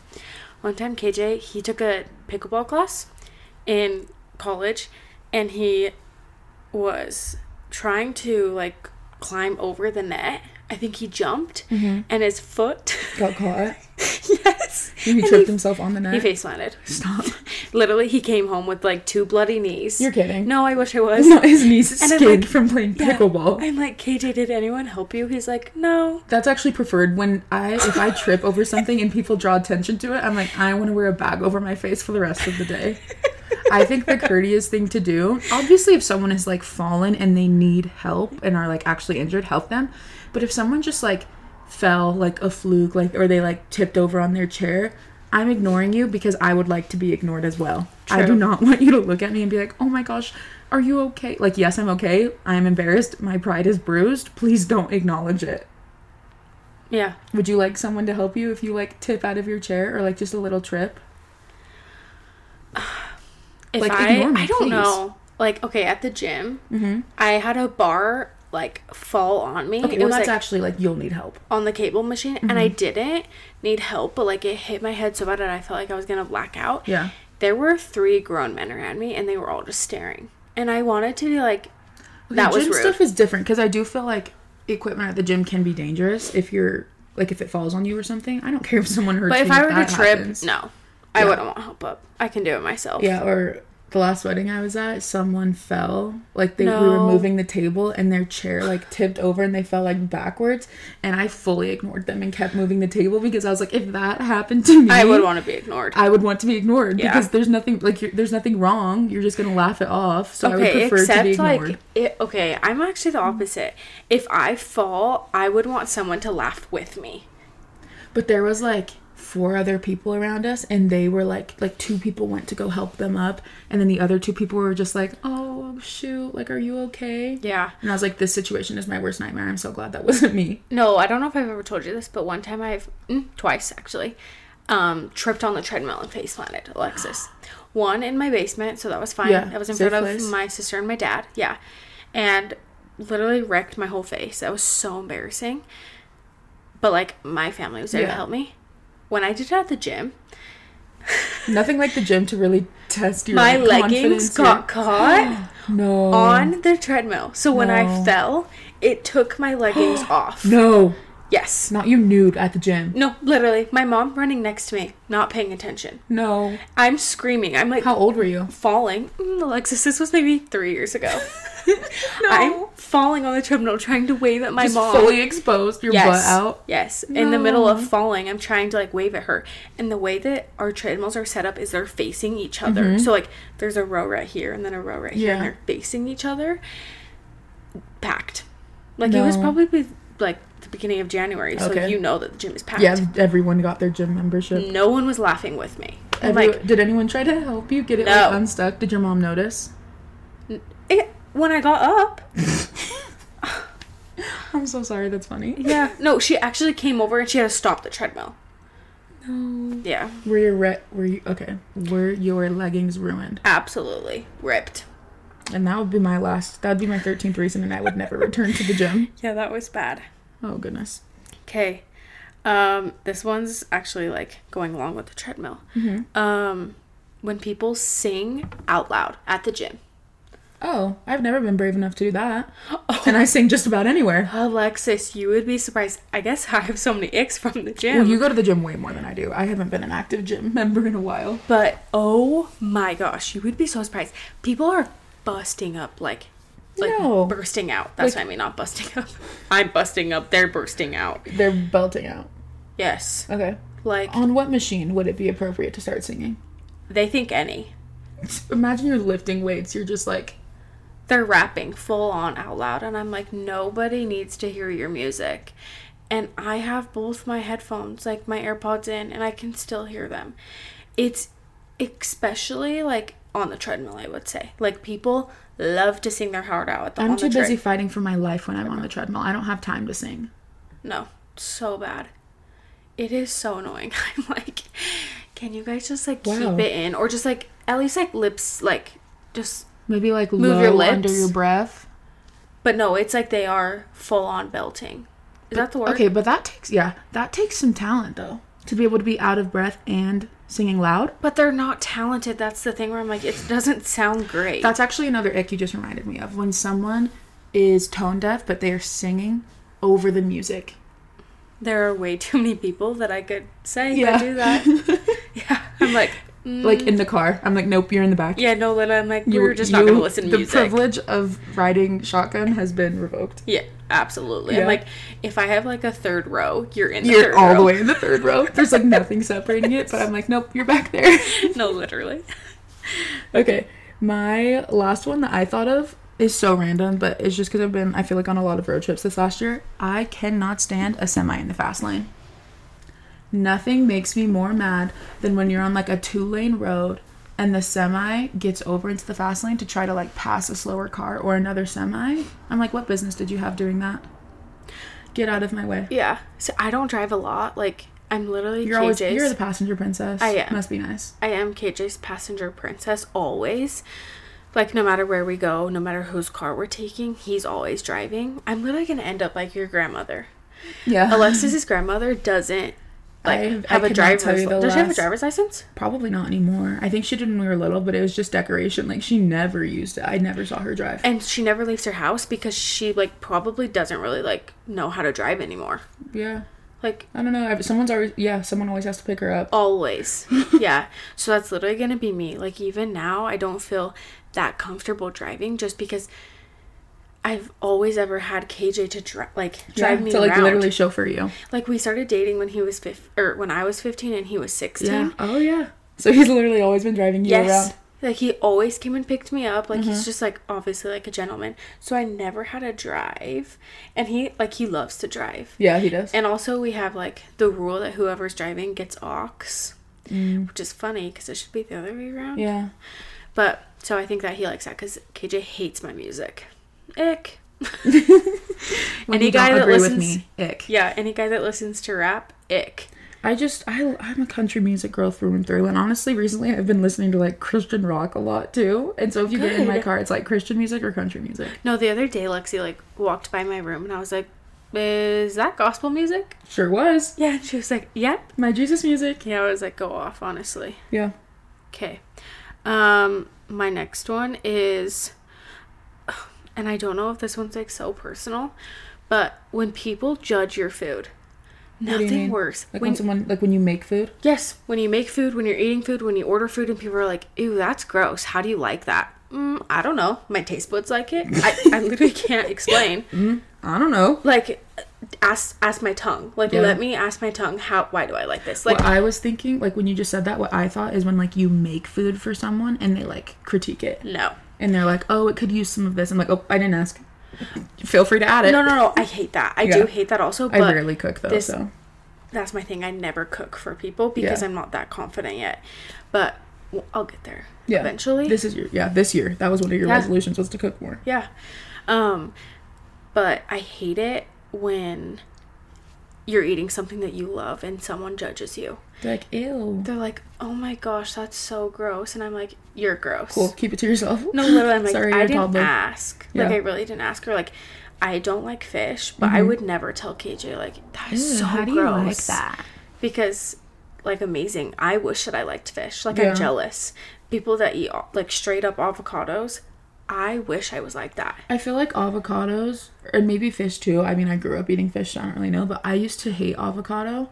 Speaker 2: One time, KJ he took a pickleball class in college, and he was trying to like climb over the net. I think he jumped, and his foot.
Speaker 1: Got caught.
Speaker 2: yes.
Speaker 1: He
Speaker 2: and
Speaker 1: tripped himself on the
Speaker 2: He
Speaker 1: net.
Speaker 2: face planted.
Speaker 1: Stop.
Speaker 2: Literally, he came home with like two bloody knees.
Speaker 1: You're kidding.
Speaker 2: No, I wish I was.
Speaker 1: No, his knees
Speaker 2: And I'm
Speaker 1: skinned
Speaker 2: like-
Speaker 1: from playing
Speaker 2: Yeah.
Speaker 1: pickleball.
Speaker 2: I'm like, KJ, did anyone help you? He's like, no.
Speaker 1: That's actually preferred when I if I trip over something and people draw attention to it, I'm like, I want to wear a bag over my face for the rest of the day. I think the courteous thing to do, obviously if someone is like fallen and they need help and are like actually injured, help them. But if someone just like fell like a fluke, like or they like tipped over on their chair, I'm ignoring you because I would like to be ignored as well. I do
Speaker 2: True.
Speaker 1: not want you to look at me and be like, "Oh my gosh, are you okay?" Like, "Yes, I'm okay. I am embarrassed. My pride is bruised. Please don't acknowledge it."
Speaker 2: Yeah.
Speaker 1: Would you like someone to help you if you like tip out of your chair or like just a little trip?
Speaker 2: If
Speaker 1: Like,
Speaker 2: I,
Speaker 1: ignore me,
Speaker 2: I don't
Speaker 1: please. Mm-hmm.
Speaker 2: know. Like, okay, at the gym, I had a bar like fall on me.
Speaker 1: Okay,
Speaker 2: it
Speaker 1: well,
Speaker 2: was
Speaker 1: that's
Speaker 2: like
Speaker 1: Mm-hmm. actually like you'll need help.
Speaker 2: on the cable machine, and I didn't need help, but like it hit my head so bad, and I felt like I was gonna black out.
Speaker 1: Yeah.
Speaker 2: There were three grown men around me, and they were all just staring, and I wanted to be like, that
Speaker 1: gym
Speaker 2: was rude.
Speaker 1: stuff is different because I do feel like equipment at the gym can be dangerous if you're like if it falls on you or something. I don't care if someone hurts
Speaker 2: but
Speaker 1: you.
Speaker 2: if I were to
Speaker 1: that
Speaker 2: trip,
Speaker 1: happens.
Speaker 2: no, I wouldn't want help up. I can do it myself.
Speaker 1: Yeah, or the last wedding I was at, someone fell. Like they we were
Speaker 2: No.
Speaker 1: moving the table and their chair like tipped over and they fell like backwards. And I fully ignored them and kept moving the table because I was like, if that happened to me,
Speaker 2: I would want to be ignored.
Speaker 1: I would want to be ignored
Speaker 2: Yeah.
Speaker 1: because there's nothing like you're, there's nothing wrong. You're just gonna laugh it off. So I would prefer to be ignored.
Speaker 2: like it, okay, I'm actually the opposite. If I fall, I would want someone to laugh with me.
Speaker 1: but there was like four other people around us, and they were like like two people went to go help them up, and then the other two people were just like, oh shoot, like are you okay?
Speaker 2: Yeah.
Speaker 1: And I was like, this situation is my worst nightmare. I'm so glad that wasn't me.
Speaker 2: No, I don't know if I've ever told you this, but one time I've mm, twice actually, um, tripped on the treadmill and face planted, Alexis. One in my basement, so that was fine.
Speaker 1: Yeah,
Speaker 2: I was in
Speaker 1: safe
Speaker 2: front of
Speaker 1: place.
Speaker 2: my sister and my dad. Yeah. And literally wrecked my whole face. That was so embarrassing. But like my family was there to
Speaker 1: Yeah.
Speaker 2: help me. When I did it at the gym,
Speaker 1: Nothing like the gym to really test your
Speaker 2: my leggings
Speaker 1: confidence,
Speaker 2: got caught
Speaker 1: yeah. no
Speaker 2: on the treadmill. So when I
Speaker 1: Oh. No.
Speaker 2: fell, it took my leggings off.
Speaker 1: no.
Speaker 2: Yes.
Speaker 1: Not you nude at the gym.
Speaker 2: No, literally. My mom running next to me, not paying attention.
Speaker 1: No.
Speaker 2: I'm screaming. I'm like
Speaker 1: How old were you?
Speaker 2: falling. Mm, Alexis, this was maybe three years ago. I'm
Speaker 1: No.
Speaker 2: falling on the treadmill trying to wave at my
Speaker 1: Just
Speaker 2: mom.
Speaker 1: fully exposed, your
Speaker 2: yes.
Speaker 1: butt out.
Speaker 2: Yes. In the middle of
Speaker 1: No.
Speaker 2: falling, I'm trying to like wave at her. And the way that our treadmills are set up is they're facing each other. So like there's a row right here and then a row right here and
Speaker 1: Mm-hmm. Yeah.
Speaker 2: they're facing each other. Packed. Like it was
Speaker 1: No.
Speaker 2: probably like the beginning of January, so
Speaker 1: Okay.
Speaker 2: you know that the gym is packed.
Speaker 1: Yeah, everyone got their gym membership.
Speaker 2: No one was laughing with me. I'm
Speaker 1: Every-
Speaker 2: like
Speaker 1: did anyone try to help you get it
Speaker 2: No.
Speaker 1: like, unstuck? Did your mom notice?
Speaker 2: it, when I got up,
Speaker 1: I'm so sorry. That's funny.
Speaker 2: Yeah. No, she actually came over and she had to stop the treadmill.
Speaker 1: No.
Speaker 2: Yeah.
Speaker 1: Were your re- were you okay? Were your leggings ruined?
Speaker 2: Absolutely. Ripped.
Speaker 1: And that would be my last. That would be my thirteenth reason, and I would never return to the gym.
Speaker 2: Yeah, that was bad.
Speaker 1: Oh goodness.
Speaker 2: Okay. Um, this one's actually like going along with the treadmill. Um, when people sing out loud at the gym.
Speaker 1: Oh, I've never been brave enough to do that.
Speaker 2: Oh.
Speaker 1: And I sing just about anywhere.
Speaker 2: Alexis, you would be surprised. I guess I have so many icks from the gym.
Speaker 1: Well, you go to the gym way more than I do. I haven't been an active gym member in a while.
Speaker 2: but oh my gosh, you would be so surprised. People are busting up like like
Speaker 1: No.
Speaker 2: bursting out. That's what I mean, not busting up. I'm busting up, they're bursting out.
Speaker 1: They're belting out.
Speaker 2: Yes.
Speaker 1: Okay.
Speaker 2: Like
Speaker 1: On what machine would it be appropriate to start singing?
Speaker 2: They think any.
Speaker 1: Imagine you're lifting weights. You're just like,
Speaker 2: They're rapping full on out loud, and I'm like, nobody needs to hear your music. And I have both my headphones, like my AirPods in, and I can still hear them. It's especially like on the treadmill, I would say. Like people love to sing their heart out at the,
Speaker 1: I'm
Speaker 2: on
Speaker 1: too
Speaker 2: the treadmill.
Speaker 1: busy fighting for my life when I'm on the treadmill. I don't have time to sing.
Speaker 2: No, so bad. It is so annoying. I'm like, can you guys just like
Speaker 1: Wow.
Speaker 2: keep it in, or just like at least like lips, like just
Speaker 1: Maybe like
Speaker 2: Move
Speaker 1: low
Speaker 2: your
Speaker 1: under
Speaker 2: lips.
Speaker 1: your breath.
Speaker 2: But no, it's like they are full on belting. Is that the word?
Speaker 1: Okay, but that takes yeah, that takes some talent though to be able to be out of breath and singing loud.
Speaker 2: But they're not talented. That's the thing where I'm like, it doesn't sound great.
Speaker 1: That's actually another ick you just reminded me of when someone is tone deaf but they are singing over the music.
Speaker 2: there are way too many people that I could say
Speaker 1: Yeah.
Speaker 2: could do that. yeah. I'm like, mm,
Speaker 1: Like in the car, I'm like, nope, you're in the back.
Speaker 2: yeah, no, Lena, I'm like, we're just not
Speaker 1: you-
Speaker 2: going to listen to
Speaker 1: The
Speaker 2: music.
Speaker 1: privilege of riding shotgun has been revoked.
Speaker 2: yeah, absolutely. I'm
Speaker 1: Yeah.
Speaker 2: like, if I have like a third row, you're in the
Speaker 1: You're
Speaker 2: third
Speaker 1: all
Speaker 2: row.
Speaker 1: the way in the third row. There's like nothing separating it, but I'm like, nope, you're back there.
Speaker 2: no, literally.
Speaker 1: Okay. My last one that I thought of is so random, but it's just because I've been, I feel like, on a lot of road trips this last year. I cannot stand a semi in the fast lane. Nothing makes me more mad than when you're on like a two lane road and the semi gets over into the fast lane to try to like pass a slower car or another semi. I'm like, what business did you have doing that? Get out of my way.
Speaker 2: Yeah. So I don't drive a lot. Like, I'm literally
Speaker 1: You're always,
Speaker 2: KJ's.
Speaker 1: you're the passenger princess.
Speaker 2: I am.
Speaker 1: Must be nice.
Speaker 2: I am KJ's passenger princess always. Like no matter where we go, no matter whose car we're taking, he's always driving. I'm literally gonna end up like your grandmother.
Speaker 1: Yeah.
Speaker 2: Alexis's grandmother doesn't like
Speaker 1: I- I
Speaker 2: have a
Speaker 1: could not
Speaker 2: driver's
Speaker 1: tell you
Speaker 2: license.
Speaker 1: the
Speaker 2: Does she have a
Speaker 1: last-
Speaker 2: driver's license?
Speaker 1: Probably not anymore. I think she did when we were little, but it was just decoration. Like she never used it. I never saw her drive.
Speaker 2: And she never leaves her house because she like probably doesn't really like know how to drive anymore.
Speaker 1: yeah,
Speaker 2: Like
Speaker 1: I don't know. I've- Someone's always yeah. Someone always has to pick her up.
Speaker 2: always. yeah. So that's literally going to be me. Like even now I don't feel that comfortable driving just because I've always ever had KJ to dri- like drive
Speaker 1: Yeah,
Speaker 2: me
Speaker 1: to like
Speaker 2: around.
Speaker 1: literally chauffeur you.
Speaker 2: Like we started dating when he was fif- or when I was 15 and he was 16.
Speaker 1: Yeah. Oh yeah. So he's literally always been driving you
Speaker 2: Yes.
Speaker 1: around.
Speaker 2: Like he always came and picked me up. Like he's just like obviously like a gentleman. So I never had to drive and he like he loves to drive.
Speaker 1: Yeah, he does.
Speaker 2: And also, we have like the rule that whoever's driving gets aux, which is funny because it should be the other way around.
Speaker 1: yeah.
Speaker 2: But so I think that he likes that because KJ hates my music. Ick.
Speaker 1: When
Speaker 2: Any
Speaker 1: you don't
Speaker 2: guy that
Speaker 1: agree
Speaker 2: listens-
Speaker 1: with me, ick.
Speaker 2: Yeah, any guy that listens to rap, ick.
Speaker 1: I just I I'm a country music girl through and through, and honestly, recently I've been listening to like Christian rock a lot too. And so if you get in my
Speaker 2: Good.
Speaker 1: car, it's like Christian music or country music.
Speaker 2: No, the other day Lexi like walked by my room and I was like, "Is that gospel music?"
Speaker 1: Sure was
Speaker 2: Yeah, and she was like, "Yep."
Speaker 1: my Jesus music.
Speaker 2: Yeah, I was like, "Go off, honestly."
Speaker 1: Yeah,
Speaker 2: Okay. Um, my next one is, and I don't know if this one's like so personal, but when people judge your food,
Speaker 1: do you
Speaker 2: nothing
Speaker 1: mean?
Speaker 2: worse.
Speaker 1: like when,
Speaker 2: when,
Speaker 1: someone like when you make food.
Speaker 2: yes, when you make food, when you're eating food, when you order food, and people are like, "Ew, that's gross. How do you like that?" Mm, I don't know. My taste buds like it. I, I literally can't explain.
Speaker 1: I don't know.
Speaker 2: Like, ask ask my tongue. Like,
Speaker 1: Yeah.
Speaker 2: let me ask my tongue. How? Why do I like this? Like,
Speaker 1: what I was thinking, like when you just said that, what I thought is when like you make food for someone and they like critique it,
Speaker 2: no.
Speaker 1: and they're like, "Oh, it could use some of this." I'm like, "Oh, I didn't ask. Feel free to add it."
Speaker 2: No, no, no. I hate that. I
Speaker 1: Yeah.
Speaker 2: do hate that also.
Speaker 1: I
Speaker 2: But
Speaker 1: rarely cook though,
Speaker 2: this-
Speaker 1: so
Speaker 2: that's my thing. I never cook for people because
Speaker 1: Yeah.
Speaker 2: I'm not that confident yet. But well, I'll get there
Speaker 1: yeah.
Speaker 2: eventually.
Speaker 1: this is your yeah this year. That was one of your
Speaker 2: Yeah.
Speaker 1: resolutions was to cook more.
Speaker 2: yeah. Um but I hate it when you're eating something that you love and someone judges you.
Speaker 1: Like ew.
Speaker 2: They're like, "Oh my gosh, that's so gross." And I'm like, "You're gross."
Speaker 1: Cool. Keep it to yourself.
Speaker 2: No, literally, I'm like,
Speaker 1: Sorry,
Speaker 2: I
Speaker 1: you're
Speaker 2: didn't
Speaker 1: toddler.
Speaker 2: ask. Like,
Speaker 1: Yeah. Mm-hmm.
Speaker 2: I really didn't ask. Or like, I don't like fish, but I would never tell KJ like that is so gross. because like amazing i wish that i liked fish like
Speaker 1: Yeah.
Speaker 2: i'm jealous people that eat like straight up avocados i wish i was like that
Speaker 1: I feel like avocados and maybe fish too. I mean, I grew up eating fish, so I don't really know, but I used to hate avocado,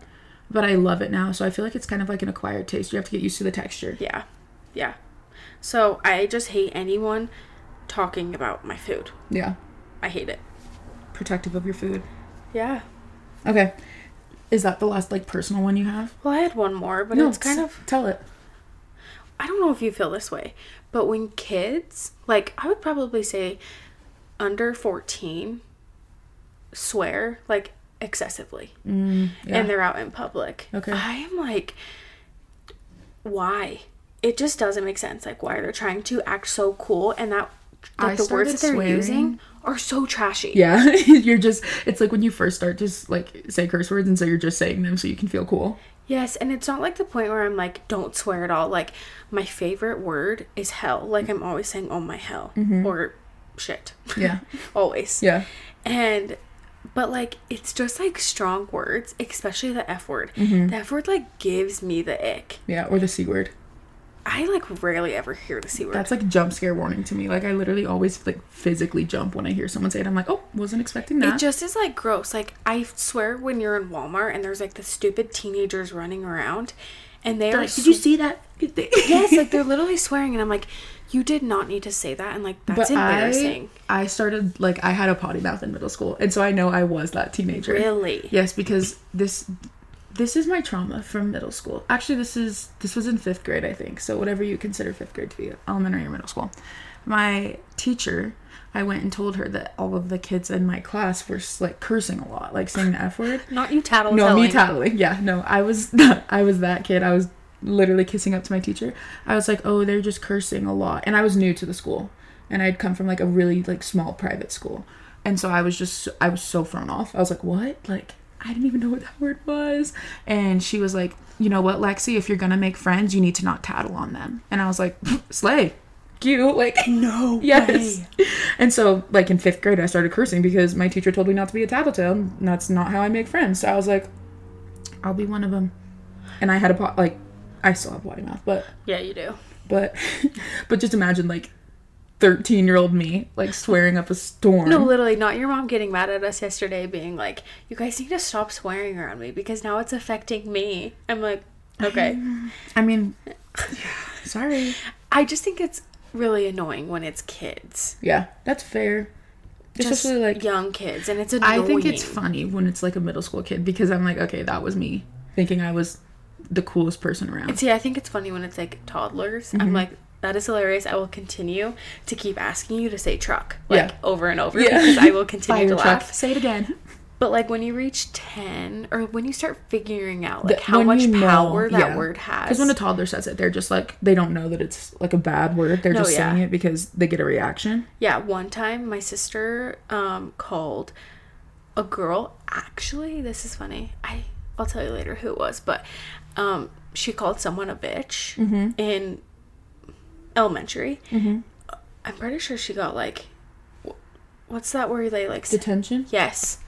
Speaker 1: but I love it now. So I feel like it's kind of like an acquired taste. You have to get used to the texture.
Speaker 2: yeah yeah so i just hate anyone talking about my food
Speaker 1: Yeah.
Speaker 2: i hate it
Speaker 1: Protective of your food.
Speaker 2: yeah
Speaker 1: Okay. Is that the last like personal one you have?
Speaker 2: well i had one more but it's kind
Speaker 1: s-
Speaker 2: of
Speaker 1: tell it.
Speaker 2: I don't know if you feel this way, but when kids, like I would probably say under 14, swear like excessively
Speaker 1: Mm, yeah.
Speaker 2: and they're out in public.
Speaker 1: Okay.
Speaker 2: I am like, why? It just doesn't make sense. Like, why they're trying to act so cool and that
Speaker 1: I
Speaker 2: like, the words
Speaker 1: started
Speaker 2: that they're
Speaker 1: swearing-
Speaker 2: using are so trashy.
Speaker 1: Yeah, you're just it's like when you first start just like say curse words and so you're just saying them so you can feel cool.
Speaker 2: Yes, and it's not like the point where I'm like, don't swear at all. Like, my favorite word is hell. Like, I'm always saying, oh my hell,
Speaker 1: Mm-hmm.
Speaker 2: or shit.
Speaker 1: Yeah.
Speaker 2: always.
Speaker 1: Yeah.
Speaker 2: And, but like, it's just like strong words, especially the F word.
Speaker 1: Mm-hmm.
Speaker 2: The F word, like, gives me the ick.
Speaker 1: Yeah, or the C word.
Speaker 2: I, like, rarely ever hear the C word.
Speaker 1: That's like jump scare warning to me. Like I literally always like physically jump when I hear someone say it. I'm like, "Oh, wasn't expecting that."
Speaker 2: It just is like gross. Like I swear, when you're in Walmart and there's like the stupid teenagers running around, and they are
Speaker 1: Like, did you
Speaker 2: sw-
Speaker 1: see that?
Speaker 2: yes, like they're literally swearing, and I'm like, you did not need to say that, and like that's
Speaker 1: But I,
Speaker 2: embarrassing.
Speaker 1: I started like I had a potty mouth in middle school, and so I know I was that teenager.
Speaker 2: Really?
Speaker 1: Yes, because this this is my trauma from middle school. Actually, this is this was in fifth grade, I think. So whatever you consider fifth grade to be, elementary or middle school. My teacher, I went and told her that all of the kids in my class were like cursing a lot, like saying the f word.
Speaker 2: Not you tattle.
Speaker 1: No, me tattling. Yeah, no, I was I was that kid. I was literally kissing up to my teacher. I was like, oh, they're just cursing a lot, and I was new to the school, and I'd come from like a really like small private school, and so I was just I was so thrown off. I was like, what? Like I didn't even know what that word was, and she was like, you know what, Lexi, if you're gonna make friends, you need to not tattle on them, and I was like, slay. Cute, like
Speaker 2: No.
Speaker 1: Yes. And so, like in fifth grade, I started cursing because my teacher told me not to be a tattletale, and that's not how I make friends. So I was like, I'll be one of them. And I had a pot, like, I still have potty mouth, but,
Speaker 2: Yeah, you do.
Speaker 1: but, but just imagine like 13 year old me, like swearing up a storm.
Speaker 2: No, literally, not your mom getting mad at us yesterday, being like, "You guys need to stop swearing around me because now it's affecting me." I'm like, okay.
Speaker 1: I mean, yeah, sorry.
Speaker 2: I just think it's really annoying when it's kids.
Speaker 1: Yeah, that's fair.
Speaker 2: just
Speaker 1: Especially like,
Speaker 2: young kids, and it's annoying.
Speaker 1: I think it's funny when it's like a middle school kid because I'm like, okay, that was me thinking I was the coolest person around.
Speaker 2: See, I think it's funny when it's like toddlers.
Speaker 1: Mm-hmm.
Speaker 2: I'm like, that is hilarious. I will continue to keep asking you to say truck like
Speaker 1: Yeah.
Speaker 2: over and over
Speaker 1: Yeah.
Speaker 2: because I will continue to
Speaker 1: Fire truck.
Speaker 2: laugh.
Speaker 1: Say it again.
Speaker 2: But like when you reach ten or when you start figuring out like
Speaker 1: that-
Speaker 2: how
Speaker 1: when
Speaker 2: much
Speaker 1: you know-
Speaker 2: power that
Speaker 1: yeah.
Speaker 2: word has,
Speaker 1: Because when a toddler says it, they're just like they don't know that it's like a bad word. They're
Speaker 2: No,
Speaker 1: just
Speaker 2: yeah.
Speaker 1: saying it because they get a reaction.
Speaker 2: Yeah, one time my sister um, called a girl. Actually, this is funny. I I'll tell you later who it was, but um, she called someone a bitch in elementary. I'm pretty sure she got like, wh- what's that where they like
Speaker 1: Detention?
Speaker 2: Yes.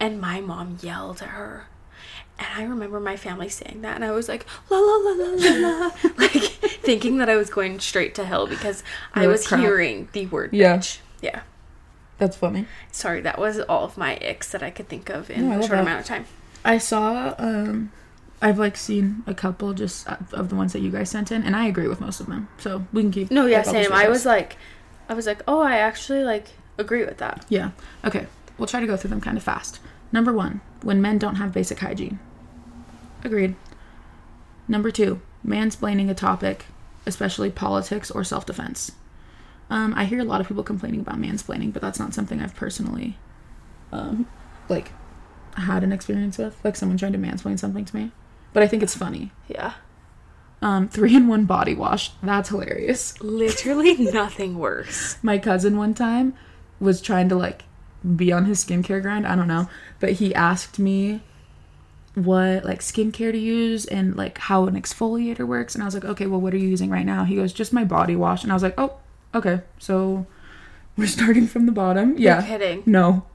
Speaker 2: And my mom yelled at her. And I remember my family saying that, and I was like, la la la la la la, like thinking that I was going straight to hell because I
Speaker 1: Word
Speaker 2: was
Speaker 1: crap.
Speaker 2: hearing the word
Speaker 1: Yeah.
Speaker 2: bitch. Yeah.
Speaker 1: That's funny.
Speaker 2: Sorry, that was all of my icks that I could think of in
Speaker 1: No, I
Speaker 2: a
Speaker 1: love
Speaker 2: short
Speaker 1: that.
Speaker 2: amount of time.
Speaker 1: I saw um I've like seen a couple just of- of the ones that you guys sent in and I agree with most of them. So we can keep
Speaker 2: No, yeah,
Speaker 1: like, all the
Speaker 2: same. I
Speaker 1: shows.
Speaker 2: was like, I was like, oh, I actually like agree with that.
Speaker 1: Yeah. Okay. We'll try to go through them kind of fast. Number 1, when men don't have basic hygiene. Agreed. Number 2, mansplaining a topic, especially politics or self-defense. Um I hear a lot of people complaining about mansplaining, but that's not something I've personally um like had an experience with, like someone trying to mansplain something to me. But I think it's funny.
Speaker 2: Yeah.
Speaker 1: Um, three in one body wash. That's hilarious.
Speaker 2: Literally nothing worse.
Speaker 1: My cousin one time was trying to like be on his skincare grind. I don't know, but he asked me what like skincare to use and like how an exfoliator works. And I was like, okay, well, what are you using right now? He goes, just my body wash. And I was like, oh, okay. So we're starting from the bottom.
Speaker 2: Yeah.
Speaker 1: Yeah.
Speaker 2: kidding.
Speaker 1: No,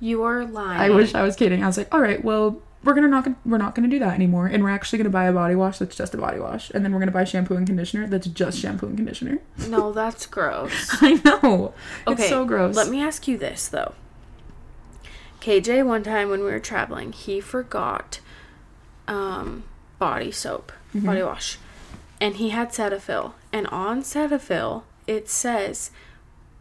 Speaker 2: You are lying.
Speaker 1: I wish I was kidding. I was like, all right, well, we're gonna not gonna, we're not gonna do that anymore, and we're actually gonna buy a body wash that's just a body wash, and then we're gonna buy shampoo and conditioner that's just shampoo and conditioner.
Speaker 2: No, that's gross.
Speaker 1: I know. it's so gross.
Speaker 2: Let me ask you this though. KJ one time when we were traveling, he forgot um, body soap,
Speaker 1: Mm-hmm.
Speaker 2: body wash, and he had Cetaphil. And on Cetaphil, it says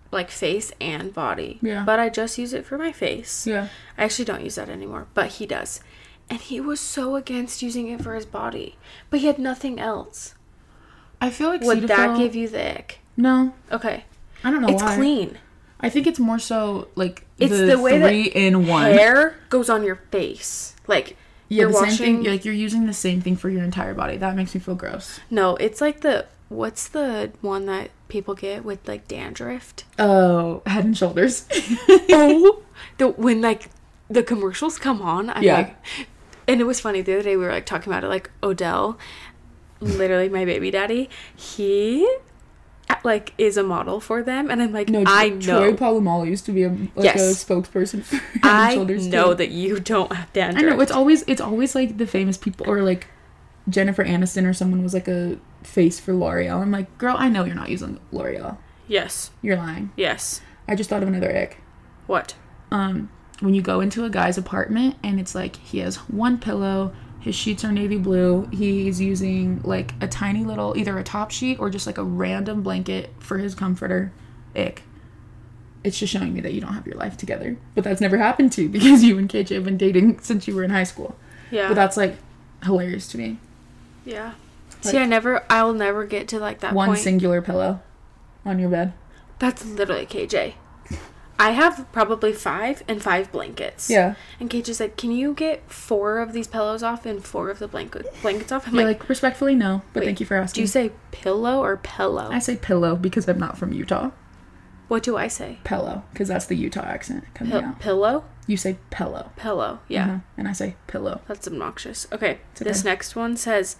Speaker 2: like face and body.
Speaker 1: Yeah.
Speaker 2: But I just use it for my face.
Speaker 1: Yeah.
Speaker 2: I actually don't use that anymore, but he does. And he was so against using it for his body, but he had nothing else.
Speaker 1: I feel like
Speaker 2: Would that
Speaker 1: Cetaphil-
Speaker 2: give you the ick?
Speaker 1: No,
Speaker 2: Okay,
Speaker 1: I don't know
Speaker 2: it's
Speaker 1: why.
Speaker 2: clean.
Speaker 1: I think it's more so like
Speaker 2: It's
Speaker 1: the,
Speaker 2: the way that
Speaker 1: three in one.
Speaker 2: hair goes on your face. Like
Speaker 1: yeah,
Speaker 2: you're
Speaker 1: the
Speaker 2: washing.
Speaker 1: same thing. Like you're using the same thing for your entire body. That makes me feel gross.
Speaker 2: No, it's like the what's the one that people get with like dandruff?
Speaker 1: Oh, Head and Shoulders.
Speaker 2: oh, the when like the commercials come on, I'm
Speaker 1: Yeah.
Speaker 2: like, and it was funny the other day we were like talking about it. Like Odell, literally my baby daddy, he uh, like is a model for them, and I'm like,
Speaker 1: No,
Speaker 2: I know.
Speaker 1: Troy Polamalu used to be a like
Speaker 2: Yes.
Speaker 1: a spokesperson for Head and
Speaker 2: I
Speaker 1: Shoulders.
Speaker 2: know
Speaker 1: too.
Speaker 2: that you don't have
Speaker 1: I
Speaker 2: dandruff.
Speaker 1: know it's always it's always like the famous people or like Jennifer Aniston or someone was like a face for L'Oreal. I'm like, girl, I know you're not using L'Oreal.
Speaker 2: yes,
Speaker 1: You're lying.
Speaker 2: yes.
Speaker 1: I just thought of another ick.
Speaker 2: What?
Speaker 1: Um, when you go into a guy's apartment and it's like he has one pillow, his sheets are navy blue, he's using like a tiny little either a top sheet or just like a random blanket for his comforter. Ick. It's just showing me that you don't have your life together. But that's never happened to you because you and KJ have been dating since you were in high school.
Speaker 2: Yeah.
Speaker 1: But that's like hilarious to me.
Speaker 2: Yeah. See, I never, I will never get to like that
Speaker 1: One
Speaker 2: point.
Speaker 1: singular pillow on your bed.
Speaker 2: That's literally KJ. I have probably five and five blankets.
Speaker 1: Yeah.
Speaker 2: And KJ's like, can you get four of these pillows off and four of the blanket blankets off? I'm
Speaker 1: You're
Speaker 2: like,
Speaker 1: like, respectfully, no, but
Speaker 2: wait,
Speaker 1: thank you for
Speaker 2: do
Speaker 1: asking.
Speaker 2: you say pillow or pillow?
Speaker 1: I say pillow because I'm not from Utah.
Speaker 2: what do I say?
Speaker 1: Pillow, because that's the Utah accent coming
Speaker 2: Pil-
Speaker 1: out.
Speaker 2: Pillow?
Speaker 1: You say pillow.
Speaker 2: Pillow. Yeah.
Speaker 1: Mhm. And I say pillow.
Speaker 2: That's obnoxious. Okay.
Speaker 1: okay.
Speaker 2: This next one says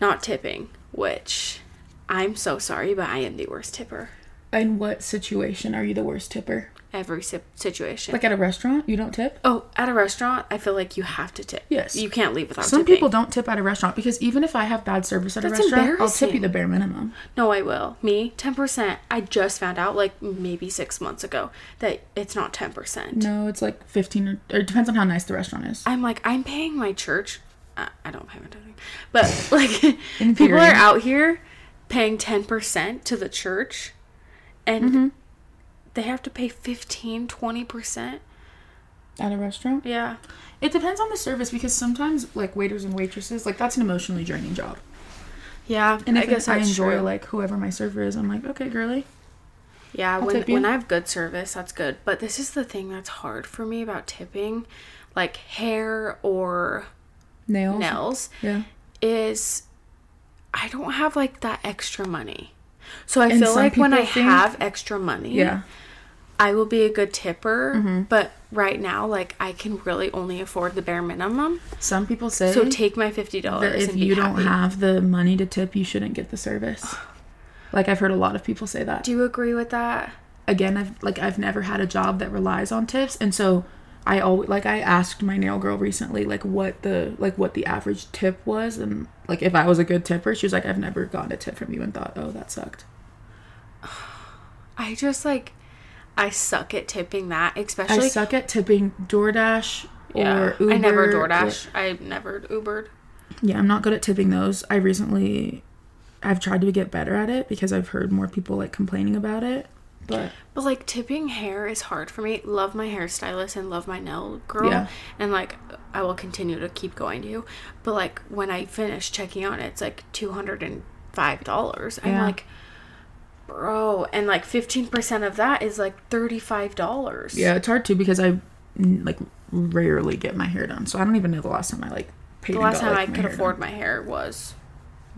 Speaker 2: not tipping, which I'm so sorry, but I am the worst tipper.
Speaker 1: In what situation are you the worst tipper?
Speaker 2: Every si- situation.
Speaker 1: Like at a restaurant, you don't tip?
Speaker 2: oh, at a restaurant, I feel like you have to tip.
Speaker 1: Yes.
Speaker 2: You can't leave without
Speaker 1: Some
Speaker 2: tipping.
Speaker 1: people don't tip at a restaurant because even if I have bad service at
Speaker 2: That's
Speaker 1: a restaurant, I'll tip you
Speaker 2: embarrassing.
Speaker 1: the bare minimum.
Speaker 2: No, I will. Me, 10%. I just found out, like, maybe six months ago, that it's not 10%.
Speaker 1: No, it's like 15 or, or it depends on how nice the restaurant is.
Speaker 2: I'm like, I'm paying my church. I, I don't pay my anything. But, like,
Speaker 1: In
Speaker 2: people are
Speaker 1: theory.
Speaker 2: out here paying 10% to the church, and
Speaker 1: Mm-hmm.
Speaker 2: they have to pay 15, 20%.
Speaker 1: At a restaurant?
Speaker 2: Yeah.
Speaker 1: It depends on the service because sometimes like waiters and waitresses, like that's an emotionally draining job.
Speaker 2: Yeah.
Speaker 1: And if I, guess I
Speaker 2: that's
Speaker 1: enjoy
Speaker 2: true.
Speaker 1: like whoever my server is, I'm like, okay, girly.
Speaker 2: Yeah, when
Speaker 1: tip you.
Speaker 2: when I have good service, that's good. But this is the thing that's hard for me about tipping, like hair or
Speaker 1: Nails.
Speaker 2: nails.
Speaker 1: Yeah.
Speaker 2: is I don't have like that extra money. So I
Speaker 1: And
Speaker 2: feel
Speaker 1: some
Speaker 2: like when I
Speaker 1: people think-
Speaker 2: have extra money,
Speaker 1: Yeah. Mm-hmm.
Speaker 2: I will be a good tipper, but right now, like I can really only afford the bare minimum.
Speaker 1: Some people say
Speaker 2: So take my fifty
Speaker 1: that
Speaker 2: dollars
Speaker 1: if
Speaker 2: and
Speaker 1: you
Speaker 2: be
Speaker 1: don't
Speaker 2: happy.
Speaker 1: have the money to tip, you shouldn't get the service. Like I've heard a lot of people say that.
Speaker 2: Do you agree with that?
Speaker 1: Again, I've like I've never had a job that relies on tips, and so I always like I asked my nail girl recently like what the like what the average tip was, and like if I was a good tipper, she was like I've never gotten a tip from you, and thought oh that sucked.
Speaker 2: I just like I suck at tipping that,
Speaker 1: I
Speaker 2: especially
Speaker 1: suck at tipping DoorDash or
Speaker 2: yeah.
Speaker 1: Uber.
Speaker 2: I never
Speaker 1: or-
Speaker 2: DoorDash. I never Ubered.
Speaker 1: Yeah, I'm not good at tipping those. I recently I've tried to get better at it because I've heard more people like complaining about it. But
Speaker 2: But like tipping hair is hard for me. Love my hairstylist and love my nail girl.
Speaker 1: Yeah.
Speaker 2: And like I will continue to keep going to you. But like when I finish checking out, it's like two hundred and five dollars. I'm
Speaker 1: Yeah.
Speaker 2: like, bro, and like fifteen percent of that is like thirty five dollars.
Speaker 1: yeah, it's hard too because I mm, like rarely get my hair done. So I don't even know the last time I like paid.
Speaker 2: The
Speaker 1: and
Speaker 2: last
Speaker 1: got,
Speaker 2: time
Speaker 1: like,
Speaker 2: I
Speaker 1: my
Speaker 2: could
Speaker 1: hair
Speaker 2: afford
Speaker 1: done.
Speaker 2: my hair was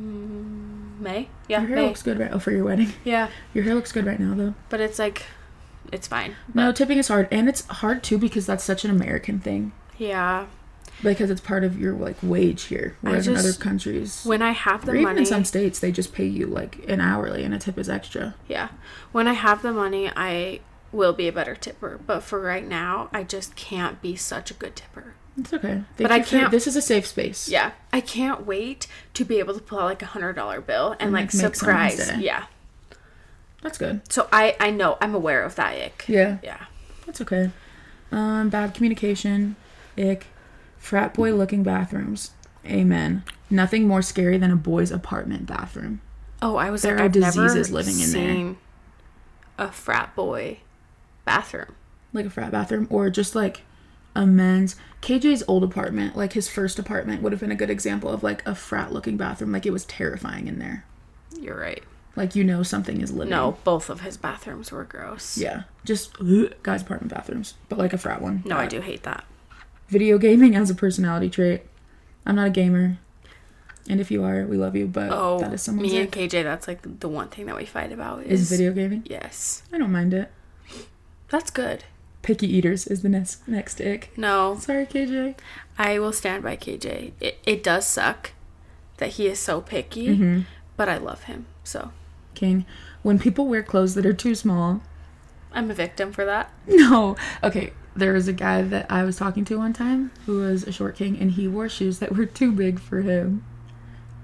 Speaker 2: mm, May. Yeah,
Speaker 1: Your hair
Speaker 2: May.
Speaker 1: looks good right. Oh, for your wedding,
Speaker 2: Yeah,
Speaker 1: your hair looks good right now though.
Speaker 2: but it's like, it's fine.
Speaker 1: No, tipping is hard, and it's hard too because that's such an American thing
Speaker 2: Yeah.
Speaker 1: because it's part of your like wage here, whereas in other
Speaker 2: just-
Speaker 1: countries.
Speaker 2: When I have the
Speaker 1: or even
Speaker 2: money,
Speaker 1: in some states, they just pay you like an hourly, and a tip is extra.
Speaker 2: Yeah. When I have the money, I will be a better tipper. But for right now, I just can't be such a good tipper.
Speaker 1: It's okay. Thank
Speaker 2: But I
Speaker 1: you for-
Speaker 2: can't-
Speaker 1: This is a safe space.
Speaker 2: Yeah. I can't wait to be able to pull out like a hundred dollar bill and like
Speaker 1: like, make someone's
Speaker 2: surprise.
Speaker 1: day.
Speaker 2: Yeah.
Speaker 1: That's good.
Speaker 2: So I I know I'm aware of that ick.
Speaker 1: Yeah,
Speaker 2: Yeah.
Speaker 1: that's okay. Um, bad communication, ick, frat boy looking bathrooms. Amen. Nothing more scary than a boy's apartment bathroom.
Speaker 2: Oh, I was
Speaker 1: There
Speaker 2: like,
Speaker 1: are
Speaker 2: I've
Speaker 1: diseases
Speaker 2: never
Speaker 1: living in there.
Speaker 2: seen A frat boy bathroom.
Speaker 1: Like a frat bathroom, or just like a men's. KJ's old apartment, like his first apartment, would have been a good example of like a frat looking bathroom. Like it was terrifying in there.
Speaker 2: You're right.
Speaker 1: Like you know something is living.
Speaker 2: No, both of his bathrooms were gross.
Speaker 1: Yeah. Just ugh, guys' apartment bathrooms, but like a frat one.
Speaker 2: No, I do hate that.
Speaker 1: Video gaming as a personality trait. I'm not a gamer. And if you are, we love you, but
Speaker 2: Oh,
Speaker 1: that is someone's
Speaker 2: me
Speaker 1: ick.
Speaker 2: and KJ, that's like the one thing that we fight about is,
Speaker 1: is video gaming.
Speaker 2: Yes.
Speaker 1: I don't mind it.
Speaker 2: That's good.
Speaker 1: Picky eaters is the next next ick.
Speaker 2: No,
Speaker 1: Sorry, KJ.
Speaker 2: I will stand by KJ. It, it does suck that he is so picky,
Speaker 1: Mm-hmm.
Speaker 2: but I love him. So
Speaker 1: King. When people wear clothes that are too small.
Speaker 2: I'm a victim for that.
Speaker 1: No. Okay. There was a guy that I was talking to one time who was a short king and he wore shoes that were too big for him.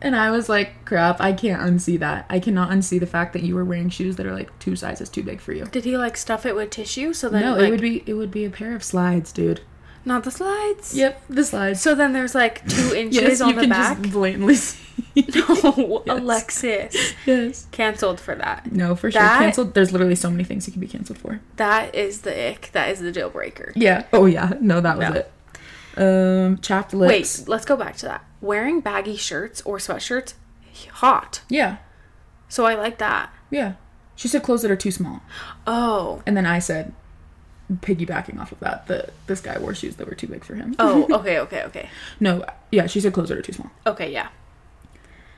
Speaker 1: And I was like, crap, I can't unsee that. I cannot unsee the fact that you were wearing shoes that are like two sizes too big for you.
Speaker 2: Did he like stuff it with tissue? So then,
Speaker 1: No,
Speaker 2: like,
Speaker 1: it would be it would be a pair of slides, dude.
Speaker 2: not the slides.
Speaker 1: Yep, the slides.
Speaker 2: So then there's like two inches on the back.
Speaker 1: just blatantly see.
Speaker 2: no,
Speaker 1: Yes.
Speaker 2: Alexis,
Speaker 1: yes.
Speaker 2: canceled for that.
Speaker 1: No, for sure.
Speaker 2: That-
Speaker 1: Canceled. There's literally so many things you can be canceled for.
Speaker 2: That is the ick. That is the deal breaker.
Speaker 1: Yeah. Oh yeah. No, that was
Speaker 2: No.
Speaker 1: it. Um, chapped lips.
Speaker 2: Wait, let's go back to that. Wearing baggy shirts or sweatshirts, hot.
Speaker 1: Yeah.
Speaker 2: So I like that.
Speaker 1: Yeah. She said clothes that are too small,
Speaker 2: Oh,
Speaker 1: and then I said, piggybacking off of that, that this guy wore shoes that were too big for him.
Speaker 2: Oh, okay, okay, okay.
Speaker 1: No. Yeah. She said clothes that are too small.
Speaker 2: Okay, yeah.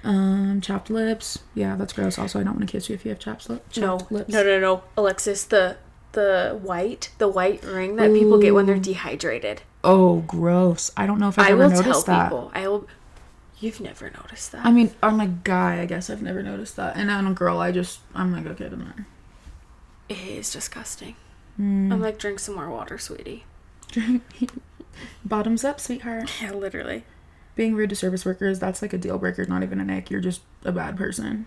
Speaker 1: Um, chapped lips. Yeah, that's gross. Also, I don't want to kiss you if you have chapped, lip, chapped
Speaker 2: No, no,
Speaker 1: lips.
Speaker 2: no, no. Alexis, the the white, the white ring that people get when they're dehydrated.
Speaker 1: Oh, gross. I don't know if I've
Speaker 2: I
Speaker 1: ever
Speaker 2: will tell
Speaker 1: noticed that.
Speaker 2: people. I will. You've never noticed that.
Speaker 1: I mean, I'm a guy. I guess I've never noticed that. And I'm a girl. I just I'm like okay, doesn't matter. Hmm.
Speaker 2: it is disgusting.
Speaker 1: Mm.
Speaker 2: I'm like, drink some more water, sweetie.
Speaker 1: Bottoms up, sweetheart.
Speaker 2: Yeah, literally.
Speaker 1: Being rude to service workers, that's like a deal breaker, not even an ick. You're just a bad person.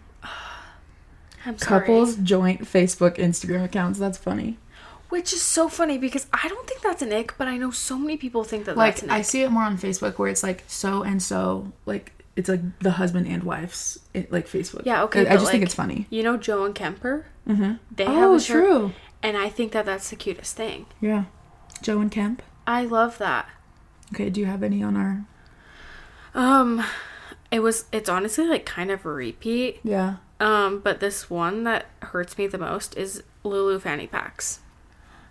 Speaker 2: I'm sorry.
Speaker 1: Couples joint Facebook, Instagram accounts. That's funny.
Speaker 2: which is so funny because I don't think that's an ick, but I know so many people think that that's
Speaker 1: Like
Speaker 2: an
Speaker 1: I
Speaker 2: ick.
Speaker 1: see it more on Facebook where it's like so and so, like it's like the husband and wife's it, like Facebook.
Speaker 2: Yeah, okay,
Speaker 1: I, I
Speaker 2: but,
Speaker 1: just think
Speaker 2: like,
Speaker 1: it's funny.
Speaker 2: You know Joe and Kemper?
Speaker 1: Mhm.
Speaker 2: They have
Speaker 1: Oh,
Speaker 2: a shirt,
Speaker 1: true.
Speaker 2: and I think that that's the cutest thing.
Speaker 1: Yeah, Joe and Kemp.
Speaker 2: I love that.
Speaker 1: Okay, do you have any on our?
Speaker 2: Um, it was. It's honestly like kind of a repeat.
Speaker 1: Yeah.
Speaker 2: Um, but this one that hurts me the most is Lulu fanny packs.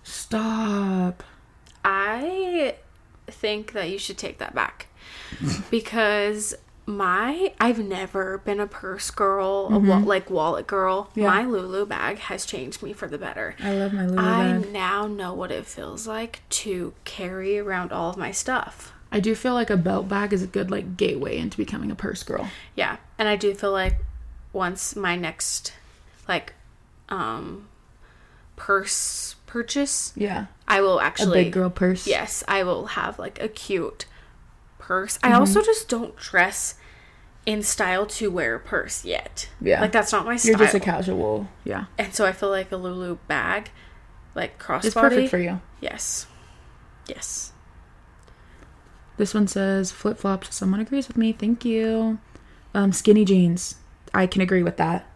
Speaker 1: Stop.
Speaker 2: I think that you should take that back because my I've never been a purse girl, a wa- like wallet girl.
Speaker 1: Mm-hmm. Yeah.
Speaker 2: My Lulu bag has changed me for the better.
Speaker 1: I love my Lulu
Speaker 2: I
Speaker 1: bag.
Speaker 2: now know what it feels like to carry around all of my stuff.
Speaker 1: I do feel like a belt bag is a good like gateway into becoming a purse girl.
Speaker 2: Yeah, and I do feel like once my next like um purse purchase,
Speaker 1: Yeah.
Speaker 2: I will actually
Speaker 1: Big girl purse.
Speaker 2: Yes, I will have like a cute purse.
Speaker 1: Mm-hmm.
Speaker 2: I also just don't dress in style to wear a purse yet.
Speaker 1: Yeah.
Speaker 2: Like that's not my style.
Speaker 1: You're just a casual. Yeah.
Speaker 2: and so I feel like a Lulu bag, like crossbody.
Speaker 1: It's perfect for you.
Speaker 2: Yes. Yes.
Speaker 1: This one says flip flops. Someone agrees with me. Thank you. Um, skinny jeans. I can agree with that.